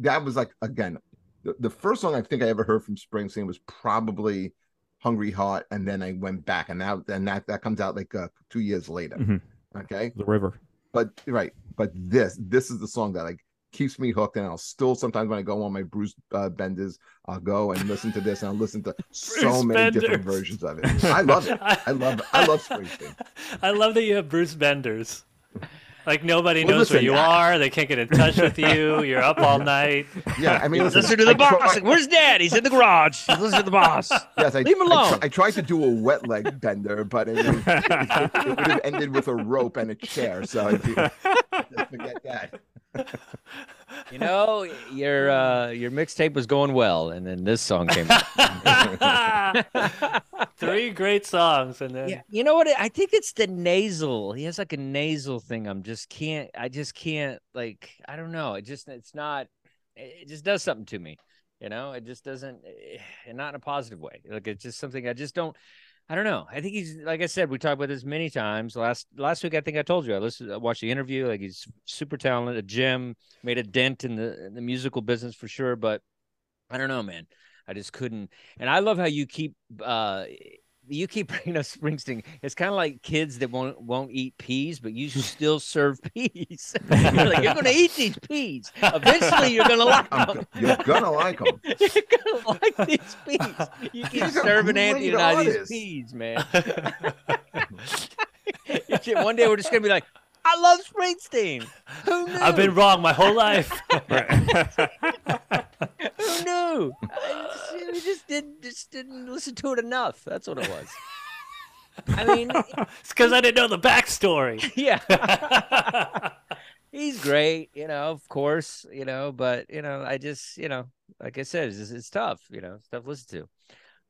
C: that was like again the, the first song I think I ever heard from Springsteen was probably Hungry Heart, and then I went back, and that and that that comes out like uh, two years later.
D: Mhm.
C: Okay,
D: The river.
C: but right, but this this is the song that like keeps me hooked, and I'll still sometimes when I go on my Bruce uh, Benders, I'll go and listen to this, and I'll listen to so
A: Bruce
C: many different
A: Benders.
C: versions of it. I love it. I love I love Springsteen.
A: I love that you have Bruce Benders. Like nobody
C: Well,
A: knows where
C: listen,
A: you
C: I-
A: are. They can't get in touch with you. You're up all night.
C: Yeah, I mean, listen,
B: Listen to the
C: I try-
B: boss. Like, Where's dad? He's in the garage. Listen to the boss.
C: Yes, I,
B: Leave him
C: I tr-
B: alone.
C: I, tried to do a wet leg bender, but it, would- it, would have ended with a rope and a chair. So if you, just forget that.
B: You know, your uh, your mixtape was going well, and then this song came. out.
A: Three great songs, and then
B: You know what? I think it's the nasal. He has like a nasal thing. I'm just can't. I just can't. Like I don't know. It just it's not. It it just does something to me. You know, it just doesn't. eh, And not in a positive way. Like it's just something I just don't. I don't know. I think he's like I said. We talked about this many times last last week. I think I told you. I listened. I watched the interview. Like he's super talented. A gem made a dent in the in the musical business for sure. But I don't know, man. I just couldn't. And I love how you keep uh you keep bringing up Springsteen. It's kind of like kids that won't won't eat peas, but you still serve peas. you're like, you're gonna eat these peas. Eventually, you're gonna like
C: I'm,
B: them.
C: go- you're gonna like them.
B: You're gonna like these peas. You keep
C: He's a
B: serving Anthony and I
C: great
B: these
C: artist.
B: peas, man. One day we're just gonna be like, I love Springsteen. Who knew?
A: I've been wrong my whole life.
B: Who knew? I- we just did just didn't listen to it enough. That's what it was. I mean,
A: It's because I didn't know the backstory.
B: yeah. He's great, you know, of course, you know, but you know, I just, you know, like I said, it's, just- it's tough, you know, it's tough to listen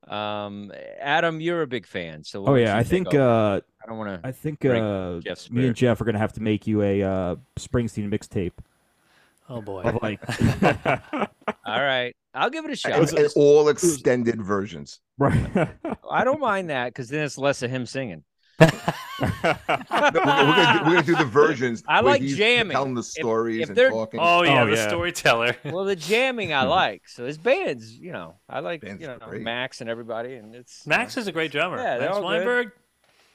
B: to. Um, Adam, you're a big fan, so
D: Oh
B: why don't
D: yeah,
B: you
D: I
B: take
D: think
B: over?
D: uh,
B: I don't want to.
D: I think
B: Break
D: uh,
B: Jeff's
D: me
B: spirit.
D: and Jeff are gonna have to make you a uh, Springsteen mixtape.
A: Oh boy.
D: of, Like,
B: All right, I'll give it a shot.
C: And, and all extended versions.
D: right?
B: I don't mind that because then it's less of him singing.
C: No, we're, we're gonna do, we're gonna do the versions.
B: I
C: where
B: like
C: he's
B: jamming.
C: telling the
B: If-
C: stories
B: if
C: and
B: they're-
C: talking.
A: Oh yeah,
D: Oh,
A: the
D: yeah.
A: storyteller.
B: Well, the jamming I like. So his band's, you know, I like
C: Band's
B: you know
C: great.
B: Max and everybody, and it's you know,
A: Max is a great drummer.
B: Yeah, they're
A: Max
B: all good.
A: Weinberg.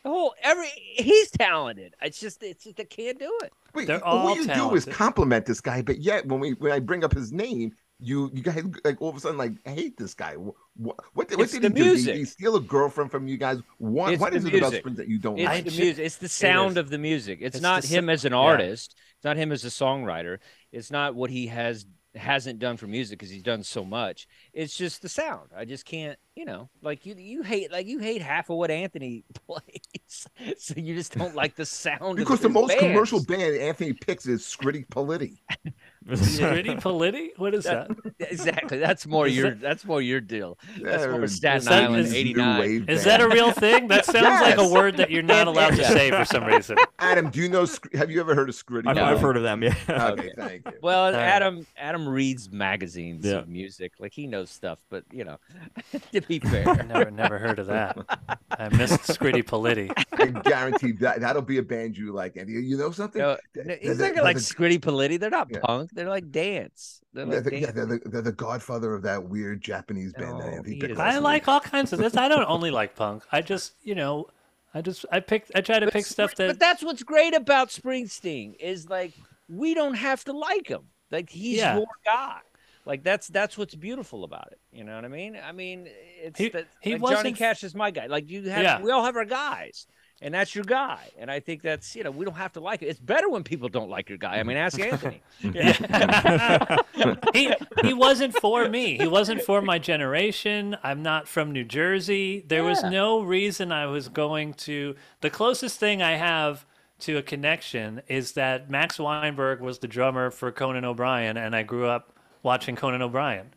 B: the whole every he's talented. It's just it's just, they can't do it.
C: Wait,
A: They're
C: you- all
A: all
C: you do is
A: talented.
C: compliment this guy, but yet when we when I bring up his name, you you guys like all of a sudden like I hate this guy. What what, what, did- what
B: It's
C: did
B: the
C: he do? Did he-
B: music.
C: Did he steal a girlfriend from you guys? What
B: It's
C: what
B: the
C: is it about
B: music.
C: Sprint that you don't
B: It's
A: I
C: like?
B: the
A: ju-
B: music. It's the sound
A: is.
B: of the music. It's,
A: It's
B: not
A: the
B: him
A: sou-
B: as an
A: yeah.
B: artist. It's not him as a songwriter. It's not what he has hasn't done for music because he's done so much. It's just the sound. I just can't, you know, like you you hate like you hate half of what Anthony plays. so you just don't like the sound. of
C: Because the
B: his
C: most
B: bands.
C: commercial band Anthony picks is Scritti Politti.
A: Gritty Politi? What is that?
B: Exactly. That's more your that's more your deal. That's
C: They're
B: more Staten
A: that-
B: Island
A: is new
B: eighty nine.
C: wave
A: Is
C: band.
A: that a real thing? That sounds like a
C: Yes.
A: word that you're not allowed to say for some reason.
C: Adam? Do you know? Sc- Have you ever heard of Scritti?
D: I've,
B: No.
D: I've heard of them. Yeah.
C: Okay, thank you.
B: Well,
A: right.
B: Adam Adam reads magazines
D: Yeah.
B: of music. Like he knows stuff, but you know, to be fair.
A: Never, never heard of that. I missed Scritti Politi.
C: I guarantee that that'll be a band you like. And you, you know something?
B: No,
C: Th-
B: no,
C: th-
B: he's
C: th-
B: not gonna like
C: th-
B: Scritti Politti. They're not
C: Yeah.
B: punk. They're like dance. They're
C: They're
B: like
C: the, yeah,
B: dance.
C: they're the, they're the godfather of that weird Japanese band. that
B: No,
C: Anthony
B: Oh, he
C: Pickles
B: is-
A: I
C: is.
A: like all kinds of this. I don't only like punk. I just, you know, I just, I pick, I try to pick stuff
B: But
A: that.
B: that's what's great about Springsteen is like we don't have to like him. Like he's
A: Yeah.
B: your guy. Like that's that's what's beautiful about it. You know what I mean? I mean, it's
A: He-
B: that,
A: he
B: like Johnny
A: wasn't-
B: Cash is my guy. Like you have,
A: Yeah.
B: we all have our guys, and that's your guy. And I think that's you know we don't have to like it. It's better when people don't like your guy. I mean, ask Anthony.
A: he, he wasn't for me. He wasn't for my generation. I'm not from New Jersey. There was
B: Yeah.
A: no reason I was going to. The closest thing I have to a connection is that Max Weinberg was the drummer for Conan O'Brien, and I grew up watching Conan O'Brien.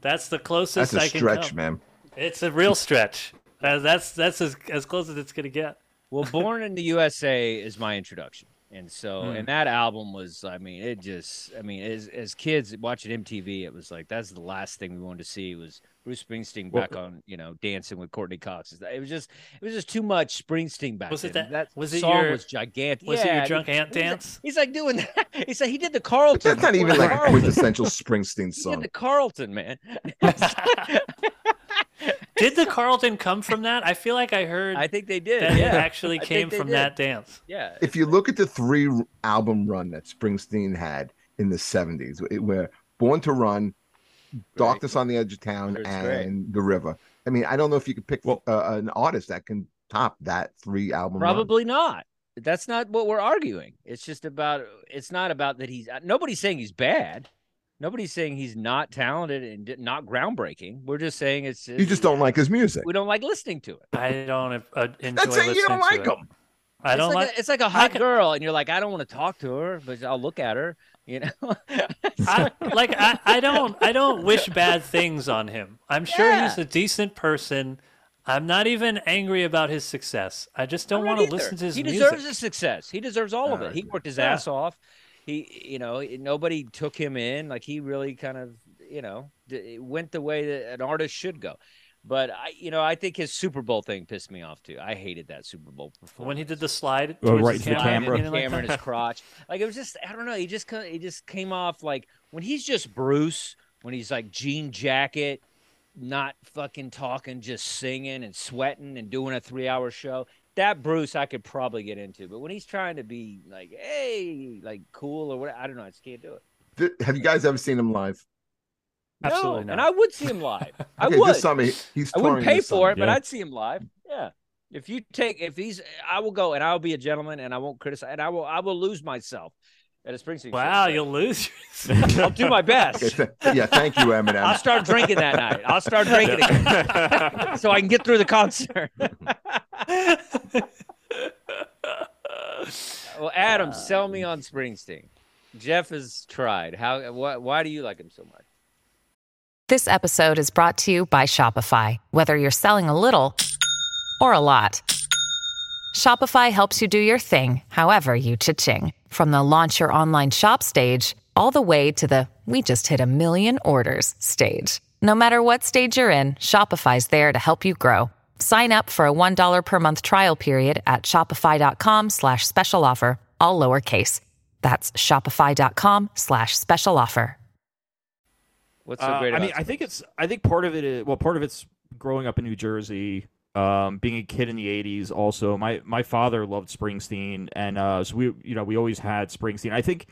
A: That's the closest
C: That's a
A: I can
C: stretch,
A: come.
C: man.
A: It's a real stretch. Uh, that's that's as, as close as it's gonna get.
B: Well, Born in the USA is my introduction. And so,
A: Hmm.
B: and that album was, I mean, it just, I mean, as, as kids watching MTV, it was like, that's the last thing we wanted to see was Bruce Springsteen back on, you know, dancing with Courtney Cox. It was just, it was just too much Springsteen back
A: Was
B: then.
A: it
B: that
A: that- was it
B: song
A: your-
B: was gigantic.
A: was it your
B: Yeah,
A: drunk
B: he's-
A: aunt
B: he's like-
A: dance?
B: He's like doing that. He's like, he did the Carlton.
C: That's not even
B: Well,
C: like a
B: Carlton.
C: quintessential Springsteen
B: He did
C: song.
B: the Carlton, man.
A: Did the Carlton come from that? I feel like I heard
B: I think they did.
A: that
B: yeah.
A: it actually
B: I think
A: came
B: they
A: from
B: did.
A: that dance.
B: Yeah.
C: If you look at the three r- album run that Springsteen had in the 70s, it- where Born to Run, Darkness on the Edge of Town,
B: It's great.
C: and The River. I mean, I don't know if you could pick
D: Well-
C: uh, an artist that can top that three album run.
B: Probably not. That's not what we're arguing. It's just about. It's not about that he's. Nobody's saying he's bad. Nobody's saying he's not talented and di- not groundbreaking. We're just saying it's.
C: You just don't like his music.
B: We don't like listening to it.
A: I don't uh, enjoy
C: That's it.
A: listening
C: You don't
A: to
C: like
A: it.
C: him.
A: I don't like.
B: it's like. a, it's like a
A: I
B: hot
A: ca-
B: girl, and you're like, I don't want to talk to her, but I'll look at her. You know.
A: I, like I, I don't I don't wish bad things on him. I'm sure he's
B: Yeah.
A: a decent person. I'm not even angry about his success. I just
B: I'm
A: don't
B: not
A: want to
B: either.
A: listen to his
B: He
A: music.
B: deserves his success. He deserves all of
C: Uh,
B: it. He worked his
A: yeah.
B: ass off. He, you know, it- nobody took him in. Like he really kind of, you know, d- it went the way that an artist should go. But I, you know, I think his Super Bowl thing pissed me off too. I hated that Super Bowl performance.
A: when he did the slide
D: Oh,
A: towards
D: right into
A: the
D: the
A: camera,
D: camera.
A: you know, like
B: camera in
A: that.
B: his crotch, like it was just, I don't know. He just, kind of- he just came off like when he's just Bruce, when he's like jean jacket, not fucking talking, just singing and sweating and doing a three hour show. That Bruce I could probably get into, but when he's trying to be like, hey, like cool or what, I don't know. I just can't do it.
C: Th- Have you guys ever seen him live?
A: Absolutely
B: no.
A: not.
B: And I would see him live. I
C: Okay,
B: would.
C: This summer, he- he's
B: I
C: touring
B: wouldn't pay
C: this
B: for
C: summer.
B: it, but
D: Yeah.
B: I'd see him live. Yeah. If you take if he's I will go and I'll be a gentleman and I won't criticize and I will I will lose myself at a Springsteen.
A: Wow,
B: show.
A: you'll lose.
B: I'll do my best.
C: Okay, th- yeah, thank you,
B: I'll
C: Eminem.
B: start drinking that night. I'll start drinking again. so I can get through the concert. well, Adam, sell me on Springsteen. Jeff has tried. How? Why, why do you like him so much?
F: This episode is brought to you by Shopify. Whether you're selling a little or a lot, Shopify helps you do your thing, however you cha-ching. From the launch your online shop stage, all the way to the we just hit a million orders stage. No matter what stage you're in, Shopify's there to help you grow. Sign up for a $1 per month trial period at shopify.com slash special offer, all lowercase. That's shopify.com slash special offer.
B: What's so
D: Uh,
B: great?
D: I
B: about
D: mean, I think it's. I think part of it is well, part of it's growing up in New Jersey, um, being a kid in the '80s. Also, my my father loved Springsteen, and uh, so we, you know, we always had Springsteen. I think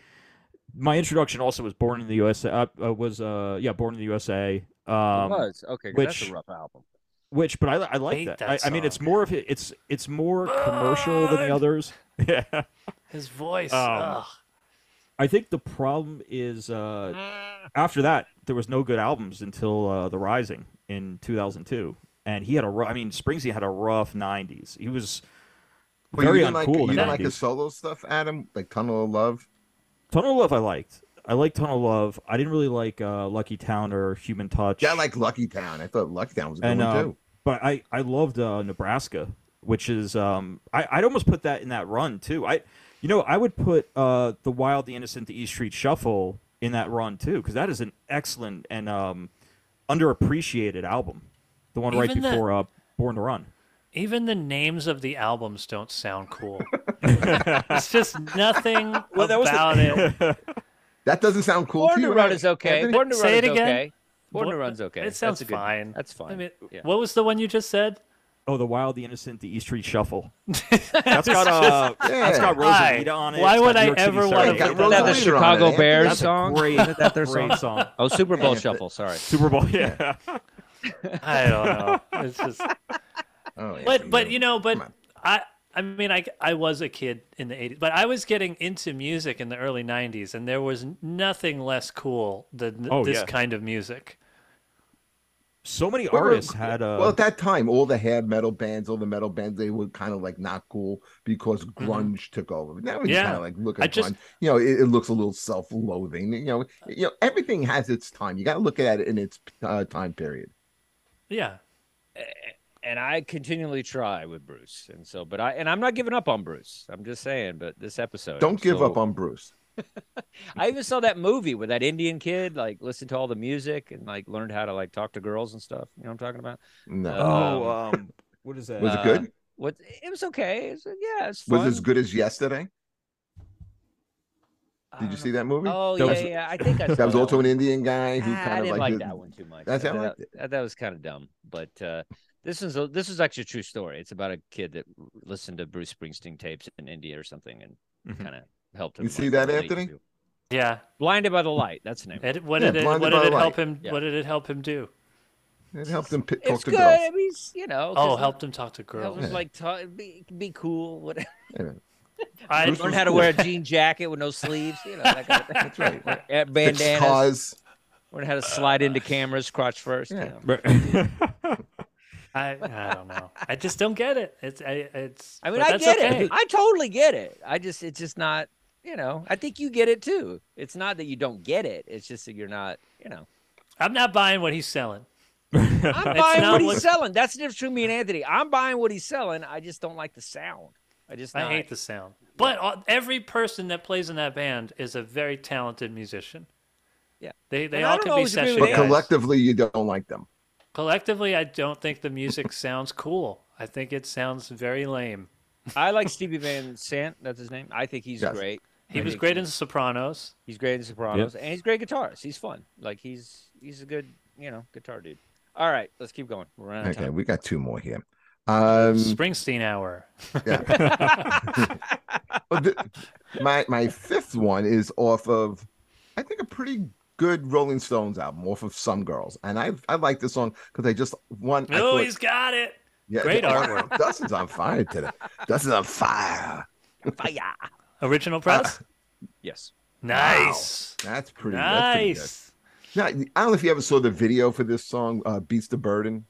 D: my introduction also was born in the USA. Uh, uh, was uh, yeah, born in the USA.
B: Springsteen? It
D: Um,
B: was okay. 'cause that's
D: which-
B: a rough album.
D: which but I, I like
A: Hate
D: that.
A: that
D: I, I mean, it's
A: song.
D: more of it, it's it's more commercial than the
A: Burn!
D: others. Yeah,
A: His voice.
D: Um,
A: ugh.
D: I think the problem is uh, after that there was no good albums until uh, The Rising in 2002, and he had a rough. I mean, Springsteen had a rough 90s. He was
C: But you
D: very
C: didn't like, you
D: uncool. in the
C: didn't like his
D: 90s.
C: solo stuff, Adam, like Tunnel of Love.
D: Tunnel of Love, I liked. I liked Tunnel of Love. I didn't really like uh, Lucky Town or Human Touch.
C: Yeah, I like Lucky Town. I thought Lucky Town was a good
D: and
C: one
D: uh,
C: too.
D: but I I loved uh, Nebraska, which is um I I'd almost put that in that run too. I you know I would put uh the Wild, the Innocent, the East Street Shuffle in that run too because that is an excellent and um underappreciated album, the one right
A: Even the-
D: before uh Born to Run.
A: Even the names of the albums don't sound cool. it's just nothing
D: that was the-
A: about it.
C: That doesn't sound cool
B: Born
C: to you.
B: to Run
C: right?
B: is okay.
C: Anthony?
B: Born to
A: Say
B: Run
A: it
B: is
A: again.
B: okay. Born to
A: What-
B: Run's okay.
A: It sounds
B: That's a good-
A: fine.
B: That's fine.
A: I mean,
B: Yeah.
A: what was the one you just said?
D: Oh, the Wild, the Innocent, the East Street Shuffle. That's got uh, that's got
A: Why?
D: Rosalita on it.
A: Why
D: it's got
A: would
D: New
A: I
D: York City
A: ever
D: Star.
A: wanna
D: It's
A: put
C: that
D: got
B: that
D: that
B: the
C: Rosalita on
B: Chicago
C: it,
B: Bears
D: That's
B: song?
D: a great,
B: that their
D: great
B: song?
D: song.
B: Oh, Super Bowl
C: Yeah, but-
B: Shuffle. Sorry.
D: Super Bowl, yeah.
A: I don't know. It's just
C: Oh, yeah,
A: but but you know
C: Come
A: but
C: on.
A: i i mean i i was a kid in the 80s but i was getting into music in the early 90s and there was nothing less cool than
D: Oh,
A: this
D: yeah.
A: kind of music
D: So many
C: Well,
D: artists had uh,
C: well, at that time, all the hair metal bands, all the metal bands, they were kind of like not cool because
D: Mm-hmm.
C: grunge took over. Now we
A: Yeah.
C: kind of like look at
A: I just-
C: grunge. You know, it, it looks a little self-loathing. You know, you know, everything has its time. You got to look at it in its uh, time period.
A: yeah
B: and I continually try with Bruce, and so, but I and I'm not giving up on Bruce. I'm just saying, but this episode, I'm
C: Don't give
B: still-
C: up on Bruce.
B: I even saw that movie with that Indian kid, like listened to all the music and like learned how to like talk to girls and stuff. You know what I'm talking about?
C: No,
B: Uh,
D: Oh, um, what is that?
C: was
B: uh,
C: it good?
B: What? It was okay. It was, yeah, it's
C: Was
B: fun.
C: it as good as yesterday?
B: I
C: Did you
D: Uh,
B: don't
C: see that movie?
B: know. Oh
D: That
B: yeah,
D: was-
B: yeah. I think I saw
C: that was also
B: one.
C: an Indian guy who
B: Ah,
C: kind
B: I
C: of
B: didn't
C: like,
B: like,
C: did-
B: that one too much.
C: That's- I
B: that,
C: liked it.
B: that- that was kind of dumb, but uh, this is a, this is actually a true story. It's about a kid that r- listened to Bruce Springsteen tapes in India or something, and
D: Mhm.
B: kind of helped him.
C: Mm-hmm. You see
B: like,
C: that,
B: relate
C: Anthony?
B: to-
A: yeah
B: Blinded by the Light. That's the name.
A: it, what
C: Yeah,
A: did it
C: Blinded
A: what
C: by
A: did it
C: the
A: help
C: Light.
A: him
B: Yeah.
A: what did it help him do
C: It helped them pick, talk
B: It's
C: to
B: good.
C: girls.
B: I mean, it's, you know,
A: oh
B: 'cause
A: helped him talk to
B: it helped
A: girls
B: him, like ta- be, be cool. Whatever.
A: I,
C: Bruce
B: Learn
C: was
A: learned
B: how to
C: cool.
B: wear a jean jacket with no sleeves. You know, that kind of thing.
C: That's right. Fix
B: Eh, Bandanas.
C: cars.
B: Learn how to slide into cameras, crotch first.
C: Yeah.
B: You know.
D: Uh,
A: I, I don't know i just don't get it it's I, it's
B: I mean,
A: but
B: I
A: that's
B: get
A: okay.
B: it. I totally get it. I just, it's just not. You know, I think you get it too. It's not that you don't get it. It's just that you're not. You know,
A: i'm not buying what he's selling
B: I'm buying
A: not
B: what he's
A: what-
B: selling. That's the difference between me and Anthony. I'm buying what he's selling. I just don't like the sound. I just
A: i
B: not-
A: hate the sound but all, every person that plays in that band is a very talented musician
B: Yeah.
A: they they
B: And I
A: all
B: don't
A: can be
B: always agree
A: session
B: with
C: But
A: guys.
B: Anthony.
C: collectively, you don't like them.
A: Collectively, I don't think the music sounds cool. I think it sounds very lame.
B: I like Stevie Van Sant. That's his name. I think he's
C: Yes.
B: great.
A: He
B: I
A: was
B: think
A: great
B: he-
A: in The Sopranos.
B: He's great in Sopranos, and he's great guitarist. He's fun. Like he's he's a good you know guitar dude. All right, let's keep going. We're running out of
C: Okay,
B: time.
C: we got two more here. Um,
A: Springsteen Hour.
C: Well, th- my my fifth one is off of I think a pretty good Rolling Stones album off of Some Girls, and I I like this song because I just one. I
A: Oh,
C: thought-
A: he's got it.
C: yeah,
A: great
C: wow,
A: artwork.
C: Dustin's on fire today. Dustin's on fire.
B: Fire.
A: Original press.
B: Yes.
A: Nice.
C: That's pretty That's
A: Nice.
C: pretty good. Now, I don't know if you ever saw the video for this song, uh, "Beats the Burden."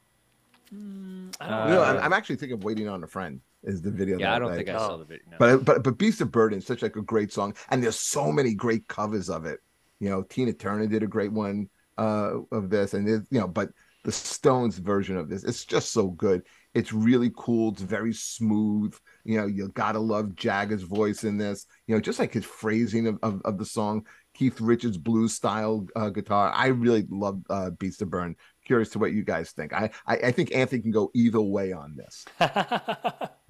C: You know, I'm, I'm actually thinking of "Waiting on a Friend" is the video.
B: Uh, Yeah,
C: that
B: I don't think I
A: Oh.
B: saw the video. No.
C: But but but "Beats of Burden" is such like a great song, and there's so many great covers of it. You know, Tina Turner did a great one uh, of this, and it, you know, but the Stones version of this, it's just so good. It's really cool. It's very smooth. You know, you gotta love Jagger's voice in this. You know, just like his phrasing of of, of the song, Keith Richards blues style uh, guitar. I really love uh, "Beats to Burn." Curious to what you guys think. I, I I think Anthony can go either way on this.
B: What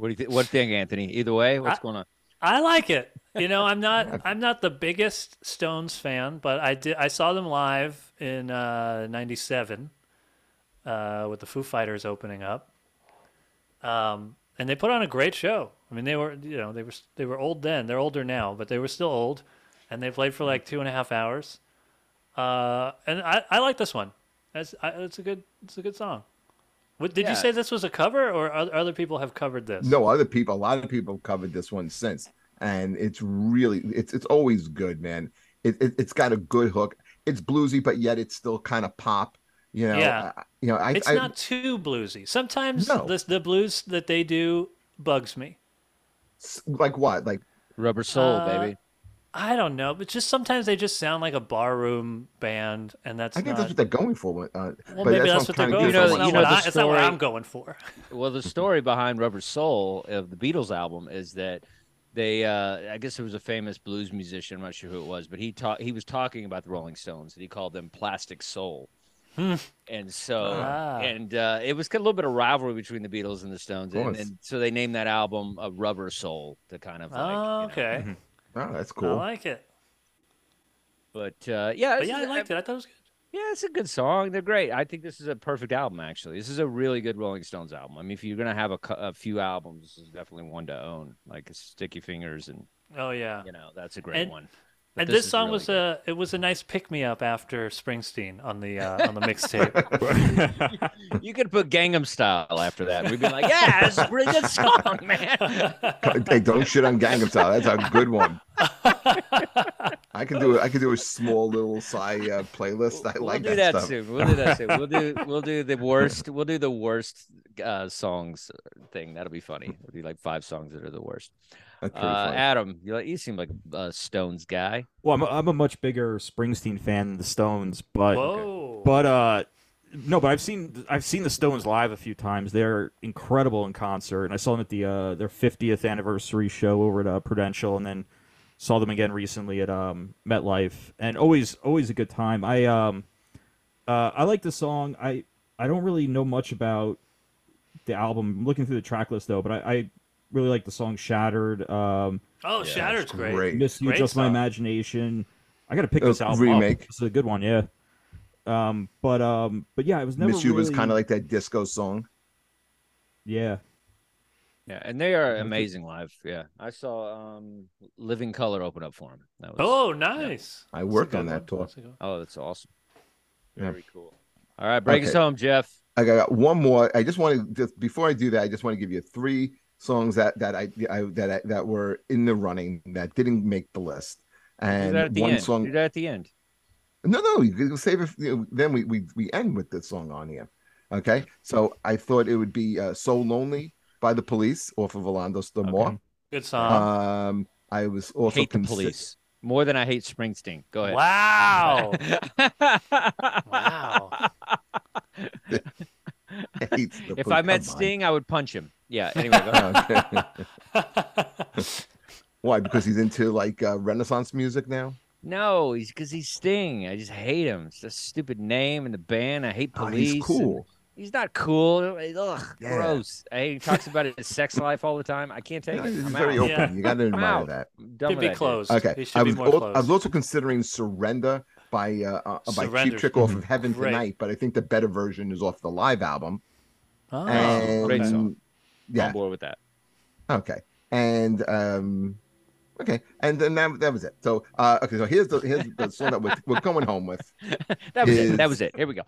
B: do you think? What thing, Anthony? Either way, what's going on?
A: I like it. You know, I'm not I'm not the biggest Stones fan, but I did I saw them live in uh, '97 uh, with the Foo Fighters opening up, um, and they put on a great show. I mean, they were you know they were they were old then. They're older now, but they were still old, and they played for like two and a half hours. Uh, and I, I like this one. That's I, it's a good it's a good song. What, did
B: Yeah.
A: you say this was a cover, or oth- other people have covered this?
C: No, other people, a lot of people have covered this one since, and it's really, it's it's always good, man. It, it it's got a good hook. It's bluesy, but yet it's still kind of pop. You know,
A: Yeah.
C: I- you know, I,
A: it's
C: I,
A: not too bluesy. Sometimes
C: No.
A: the, the blues that they do bugs me.
C: like what, like
B: Rubber Soul, baby.
A: I don't know, but just sometimes they just sound like a barroom band, and that's
C: I think
A: not.
C: that's what they're going for. Uh,
A: well,
C: but
A: maybe
C: I'm
A: that's what they're
C: trying
A: going for.
B: You
C: to get
B: know-
A: It's not
B: you know
A: what
B: the
A: I- That's not what
B: story-
A: I'm going for.
B: Well, the story behind Rubber Soul of the Beatles album is that they, uh, I guess it was a famous blues musician, I'm not sure who it was, but he taught he was talking about the Rolling Stones and he called them Plastic Soul. and so,
A: Hmm. Ah.
B: and uh, it was a little bit of rivalry between the Beatles and the Stones, and,
C: course.
B: and so they named that album uh, Rubber Soul to kind of like,
A: oh,
B: you know.
A: okay,
C: Oh, that's cool.
A: I like it.
B: But uh, yeah,
A: But
B: this
A: yeah, I
B: is-
A: liked it. I thought it was good.
B: Yeah, it's a good song. They're great. I think this is a perfect album, actually. This is a really good Rolling Stones album. I mean, if you're gonna have a, cou- a few albums, this is definitely one to own. Like Sticky Fingers, and
A: Oh yeah,
B: you know that's a great
A: And-
B: one. But
A: and this,
B: is
A: song
B: really
A: was
B: good.
A: a it was a nice pick me up after Springsteen on the uh, on the mixtape. uh,
B: You could put Gangnam Style after that. We'd be like, yeah, it's a really good song, man.
C: hey, don't shit on Gangnam Style. That's a good one. I can do I can do a small little side uh, playlist. I
B: we'll
C: like
B: do
C: that,
B: that,
C: stuff.
B: soon. We'll do that soon. We'll do we'll do the worst. We'll do the worst uh, songs thing. That'll be funny. It'll be like five songs that are the worst.
C: That's pretty
B: Uh,
C: funny.
B: Adam, you, you seem like a Stones guy.
D: Well, I'm a, I'm a much bigger Springsteen fan than the Stones, but
A: Whoa,
D: but uh, no, but I've seen I've seen the Stones live a few times. They're incredible in concert, and I saw them at the uh, their 50th anniversary show over at uh, Prudential, and then saw them again recently at um, MetLife, and always always a good time. I um, uh, I like the song. I I don't really know much about the album. I'm looking through the track list though, but I, I really like the song "Shattered." Um,
A: oh, Shattered's great.
C: great.
D: Miss You
A: Great
D: Just My
A: song.
D: Imagination. I gotta pick
C: Uh,
D: this album
C: remake.
D: Up. This is a good one, yeah. Um, but um, but yeah, it was never
C: Miss You was
D: really-
C: kind of like that disco song.
D: yeah.
B: Yeah, and they are amazing live. Yeah, I saw um Living Color open up for him. That was
A: Oh, nice.
C: I
A: That's a
C: worked
A: good
C: on that
A: one.
C: tour.
A: That's a good one.
B: oh, that's awesome.
C: Yeah.
B: Very cool. All right, break us
C: Okay.
B: home, Jeff.
C: I got one more. I just want to just before I do that, I just want to give you three songs that that I, I that I, that were in the running that didn't make the list,
B: Do that at
C: and
B: the
C: one
B: end.
C: song.
B: Do that at the end.
C: No, no, you can save it. for- you know, Then we, we we end with this song on here. Okay, so I thought it would be uh, "So Lonely" by the Police off of Orlando Stamore.
A: Good song.
B: Uh,
C: Um, I was also
B: Uh-huh. hate the
C: consi-
B: police more than I hate Springsteen. Go ahead.
A: wow. wow.
C: hates the
B: If
C: police.
B: I met
C: Come on.
B: Sting, I would punch him. Yeah. Anyway, go ahead.
C: why? Because he's into like uh, Renaissance music now.
B: no, he's because he's Sting. I just hate him. It's a stupid name and the band. I hate
C: Oh,
B: police.
C: he's
B: and-
C: cool.
B: He's not cool. Ugh,
C: Yeah.
B: gross. I hate he talks about his sex life all the time. I can't take
C: Yeah,
B: it.
C: he's
B: I'm
C: very
B: out.
C: open.
A: Yeah.
C: You got to admire
B: out.
C: that.
B: I'm done
A: Should
B: with
A: be
B: that dude.
A: closed.
C: Okay,
A: It should
C: I
A: be
C: was,
A: more
C: al-
A: closed.
C: I was also considering "Surrender" by uh, uh, by Cheap
A: Surrender's
C: Trick off of Heaven
A: great.
C: Tonight, but I think the better version is off the live album.
A: Oh,
C: and
B: great song.
C: yeah,
B: On board with that.
C: okay, and um, okay, and then that, that was it. So uh, okay, so here's the here's the song that we're, we're going home with.
B: That was
C: is-
B: it. That was it. Here we go.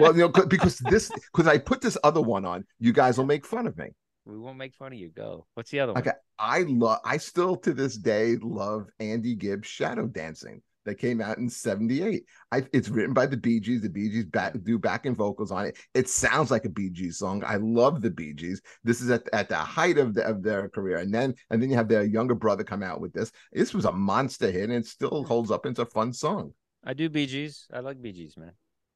C: Well, you know, 'cause- because this because I put this other one on, you guys will make fun of me.
B: We won't make fun of you. Go. What's the other one?
C: Okay. I love I still to this day love Andy Gibbs Shadow Dancing that came out in 78. I it's written by the Bee Gees. The Bee Gees back, do backing vocals on it. It sounds like a Bee Gees song. I love the Bee Gees. This is at, at the height of, the, of their career. And then and then you have their younger brother come out with this. This was a monster hit and it still holds up. It's a fun song.
B: I do BGs. I like BGs, man.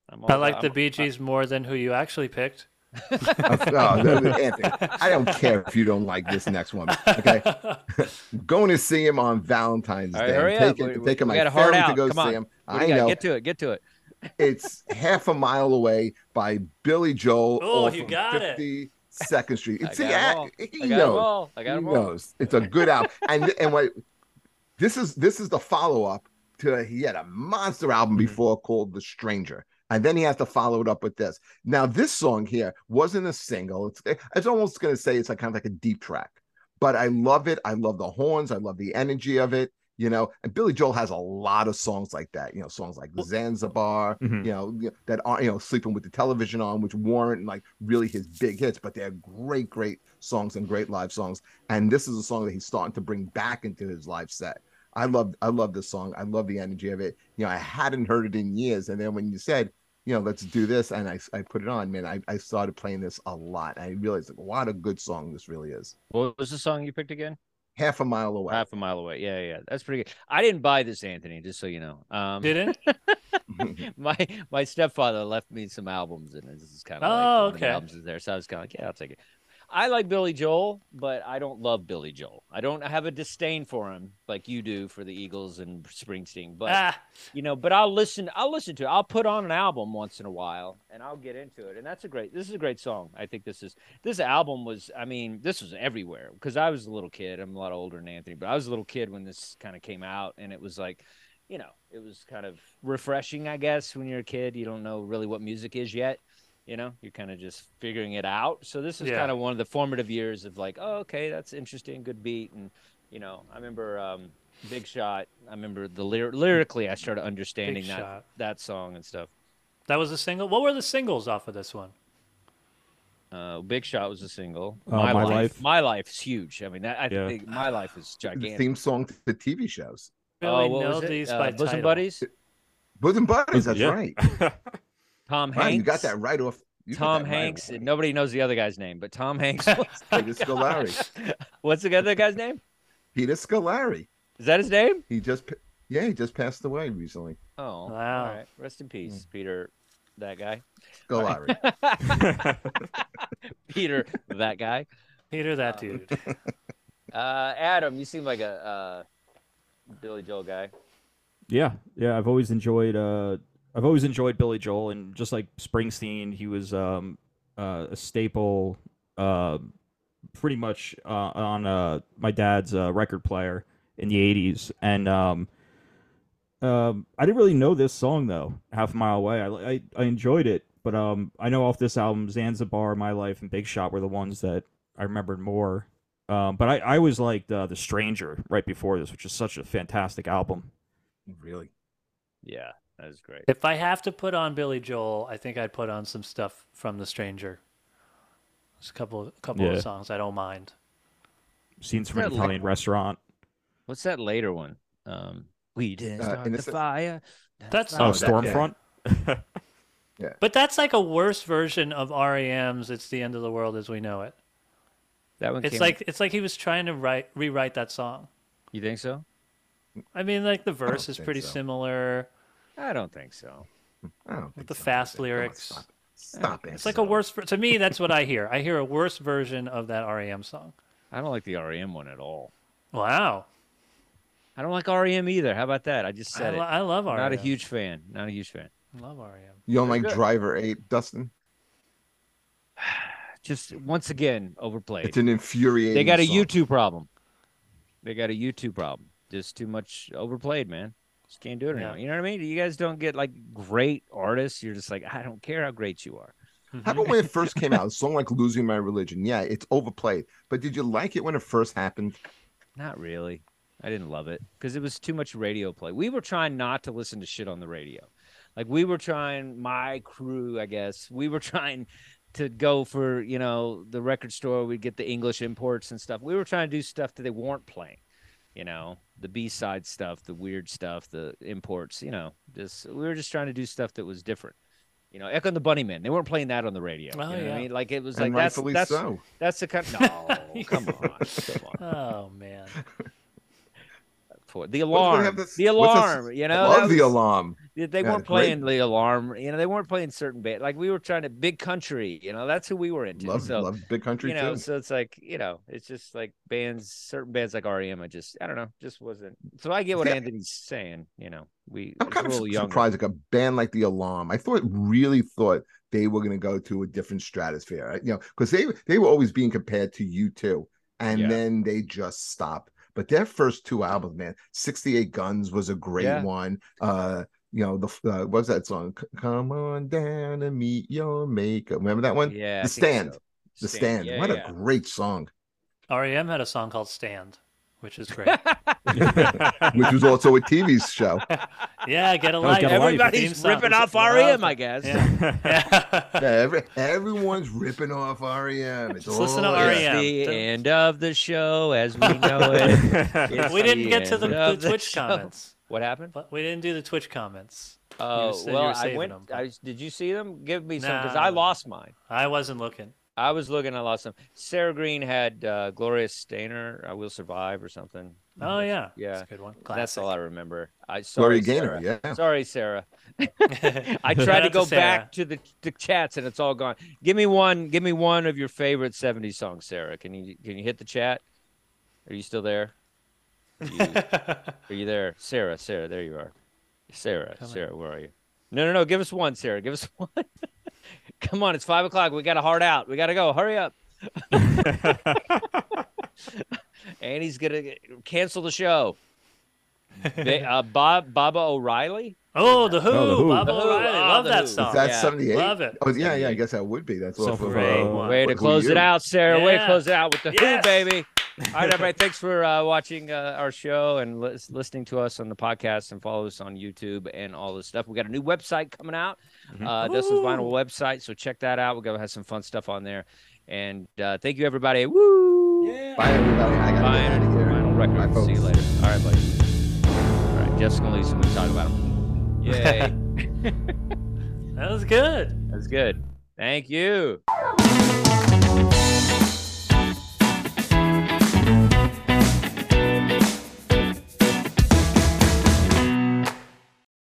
B: I'm all
A: I like the
B: I'm-
A: Bee Gees more than who you actually picked.
C: Oh, Anthony, I don't care if you don't like this next one. Okay. going to see him on Valentine's
B: All right,
C: Day. I'm
B: hurry up.
C: taking,
B: We- we-
C: taking
B: we
C: my
B: got a hard
C: family to
B: out.
C: go
B: Come
C: see
B: on.
C: him.
B: What do
C: I
B: you got?
C: know
B: Get to it. Get to it.
C: it's half a mile away by Billy Joel.
A: Oh,
C: off
A: you
C: of
A: got it.
C: 52nd Street.
B: I
C: It's the
B: got 'em all.
C: act- he
B: I got 'em
C: knows.
B: all. I got
C: He
B: 'em all.
C: knows. It's a good album. And and what this is this is the follow up to he had a monster album
B: Mm-hmm.
C: before called The Stranger. And then he has to follow it up with this. Now, this song here wasn't a single. It's eh, it's almost gonna say it's like kind of like a deep track, but I love it. I love the horns, I love the energy of it. You know, and Billy Joel has a lot of songs like that. You know, songs like Zanzibar,
D: Mhm.
C: you know, you know, that are you know sleeping with the television on, which weren't like really his big hits, but they're great, great songs and great live songs. And this is a song that he's starting to bring back into his live set. I love, I love this song. I love the energy of it. You know, I hadn't heard it in years, and then when you said, you know, let's do this, and I, I put it on, man, I, I started playing this a lot. I realized like, what a good song this really is.
B: What was the song you picked again?
C: Half a mile away.
B: Half a mile away. Yeah, yeah. That's pretty good. I didn't buy this, Anthony, just so you know. Um,
A: Didn't?
B: my my stepfather left me some albums, and this is kind of
A: Oh,
B: like one of the
A: okay.
B: albums is there. So I was kind of like, yeah, I'll take it. I like Billy Joel, but I don't love Billy Joel. I don't have a disdain for him like you do for the Eagles and Springsteen. But
A: ah,
B: you know, but I'll listen. I'll listen to it. I'll put on an album once in a while, and I'll get into it. And that's a great. This is a great song. I think this is this album was. I mean, this was everywhere because I was a little kid. I'm a lot older than Anthony, but I was a little kid when this kind of came out, and it was like, you know, it was kind of refreshing, I guess. When you're a kid, you don't know really what music is yet. You know, you're kind of just figuring it out. So this is
A: Yeah.
B: kind of one of the formative years of like, oh, okay, that's interesting, good beat, and you know, I remember um, Big Shot. I remember the lyr- lyrically, I started understanding
A: Big
B: that
A: Shot.
B: that song and stuff.
A: that was a single. What were the singles off of this one?
B: Uh, Big Shot was a single.
C: Oh,
D: Uh, My Life.
B: My life is huge. I mean, that, I
D: Yeah.
B: think my life is
C: the
B: gigantic.
C: theme song to the TV shows.
A: Really
B: Oh, what
A: know
B: was it?
A: these
B: Uh,
A: by
B: Bosom
A: title.
B: Buddies.
C: Bosom Buddies, that's
D: Yeah.
C: right.
B: Tom
C: Wow,
B: Hanks.
C: you got that right off. you got
B: Tom
C: that right
B: Hanks.
C: away.
B: and Oh nobody knows the other guy's name, but Tom Hanks. was-
C: Peter Scolari.
B: What's the other guy's name?
C: Peter Scolari.
B: Is that his name?
C: He just, p- yeah, he just passed away recently.
B: Oh, all
A: Wow.
B: right. Rest in peace,
C: Hmm.
B: Peter. That guy,
C: Scolari.
B: Peter. that guy.
A: Peter, that dude.
B: Uh, Adam, you seem like a uh, Billy Joel guy.
D: Yeah, yeah. I've always enjoyed. Uh, I've always enjoyed Billy Joel, and just like Springsteen, he was um, uh, a staple, uh, pretty much uh, on uh, my dad's uh, record player in the '80s. And um, um, I didn't really know this song though. Half a mile away, I, I, I enjoyed it, but um, I know off this album, Zanzibar, My Life, and Big Shot were the ones that I remembered more. Um, but I, I always liked uh, The Stranger right before this, which is such a fantastic album.
C: really?
B: Yeah, that is great.
A: if I have to put on Billy Joel, I think I'd put on some stuff from The Stranger. There's a couple, a couple
D: Yeah.
A: of songs I don't mind.
D: scenes from
B: Yeah,
D: an
B: like-
D: Italian restaurant.
B: What's that later one? Um, we didn't
C: Uh,
B: start the
C: Innocent-
B: fire.
A: That's
D: Oh,
A: Oh,
C: that- yeah.
D: Stormfront.
A: But that's like a worse version of REM's "It's the End of the World as We Know It."
B: That one.
A: It's
B: came-
A: like it's like he was trying to write rewrite that song.
B: you think so?
A: I mean, like the verse
C: don't
A: is
C: think
A: pretty
C: so.
A: similar.
B: I don't think so.
C: I don't think
A: the
C: so.
A: fast
C: Come on,
A: lyrics.
C: Stop, it. Stop it.
A: It's like a worse ver- to me. That's what I hear. I hear a worse version of that REM song.
B: I don't like the REM one at all.
A: Wow,
B: I don't like REM either. How about that? I just
A: I,
B: said
A: lo-
B: it.
A: I love E REM.
B: Not a huge fan. Not a huge fan.
A: I love E REM.
C: You don't like Driver 8, Dustin?
B: Just once again overplayed.
C: It's an infuriating
B: They got a
C: song.
B: YouTube problem. They got a YouTube problem. Just too much overplayed, man. Just can't do it anymore.
A: Yeah.
B: You know what I mean? You guys don't get like great artists. You're just like, I don't care how great you are.
C: How about when it first came out? A song like Losing My Religion. Yeah, it's overplayed. But did you like it when it first happened?
B: Not really. I didn't love it because it was too much radio play. We were trying not to listen to shit on the radio. Like we were trying, my crew, I guess, we were trying to go for you know the record store we'd get the english imports and stuff we were trying to do stuff that they weren't playing you know the b-side stuff the weird stuff the imports you know just we were just trying to do stuff that was different you know echo and the bunnymen they weren't playing that on the radio
A: Oh,
B: you know what
A: yeah.
B: i mean like it was
C: And
B: like that's
C: rightfully
B: that's
C: so.
B: that's the kind no come on come on
A: Oh man.
B: for the
C: What's gonna
B: alarm
C: have this-
B: the
C: what's this-
B: alarm you know
C: I love
B: that
C: the
B: was-
C: alarm.
B: they- they
C: Yeah,
B: weren't
C: great.
B: playing the alarm you know they weren't playing certain band like we were trying to big country you know that's who we were into
C: Love,
B: so
C: love big country
B: you know
C: too.
B: so it's like you know it's just like bands certain bands like rem i just i don't know just wasn't so i get what
C: Yeah.
B: anthony's saying you know we
C: I'm
B: it's
C: kind
B: a
C: of
B: little
C: su-
B: younger.
C: surprised, like a band like the Alarm. I thought, really thought they were going to go to a different stratosphere, right? you know, because they they were always being compared to you two, and
B: Yeah.
C: then they just stopped. But their first two albums, man, "68 Guns" was a great
B: Yeah.
C: one. Uh, you know, the f- uh, what was that song? C- Come on down and meet your maker. Remember that one?
B: yeah I
C: The
B: think
C: Stand.
B: so.
C: The Stand.
B: Yeah,
C: what
B: yeah.
C: a great song,
A: REM E had a song called Stand, which is great.
C: which was also a TV show.
A: yeah, get a
D: was
A: life.
D: Get a
A: Theme
D: Life.
B: everybody's
A: song.
B: ripping off rem i guess
A: Yeah. Yeah.
C: Yeah, every, everyone's ripping off REM. It's
A: Just listen to
C: all-
A: REM.
B: It's the
A: Don't-
B: end of the show as we know it It's
A: we didn't
B: the
A: get to the,
B: end
A: the
B: of
A: Twitch
B: show.
A: comments.
B: what happened
A: But we didn't do the Twitch comments.
B: oh
A: said you
B: well
A: were
B: i
A: saving
B: went
A: them, but-
B: I, did you see them give me some because
A: Nah.
B: i lost mine
A: I wasn't looking.
B: I was looking. I lost some. Sarah Green had uh, Gloria Stainer. I will survive or something.
A: Oh yeah,
B: Yeah.
A: that's a good one.
B: That's
A: Classic.
B: all I remember. I sorry,
C: Gloria Gaynor,
B: Sarah.
C: yeah.
B: Sorry, Sarah. I
A: Shout
B: tried to
A: out
B: go
A: Sarah.
B: back to the, the chats and it's all gone. Give me one. Give me one of your favorite '70s songs, Sarah. Can you can you hit the chat? Are you still there? Are you, are you there, Sarah? Sarah, there you are. Sarah, Sarah, where are you? No, no, no. Give us one, Sarah. Give us one. Come on, it's five o'clock. We got a hard out. We got to go. Hurry up. and he's gonna get- cancel the show. They, uh, Bob Baba O'Reilly.
A: Oh, the Who,
D: Oh, The Who.
A: Bob
B: The Who,
A: O'Reilly.
B: oh,
A: Love
B: The Who.
A: that
B: Is
A: song.
C: Is that
B: Yeah.
C: 78?
A: Love it.
C: Oh, yeah, yeah. I guess that would be. That's
D: So
C: off of,
D: great
C: uh,
A: one.
B: Way to
C: What Who
B: close it
C: You?
B: out, Sarah. Way to
A: Yeah.
B: close it out with the
A: Yes.
B: Who, baby. All right, everybody. Thanks for uh, watching uh, our show and lis- listening to us on the podcast and follow us on YouTube and all this stuff. We got a new website coming out, uh, Dustin's Vinyl website. So check that out. We're going to have some fun stuff on there. And uh, thank you, everybody. Woo!
C: Bye, everybody. I got
B: Bye,
C: to get out of here.
B: Vinyl
C: Bye,
B: record.
C: folks.
B: See you later. All right, buddy. All right, Jeff's going to leave so we can talk about him. Yay.
A: That was good.
B: That's good. Thank you.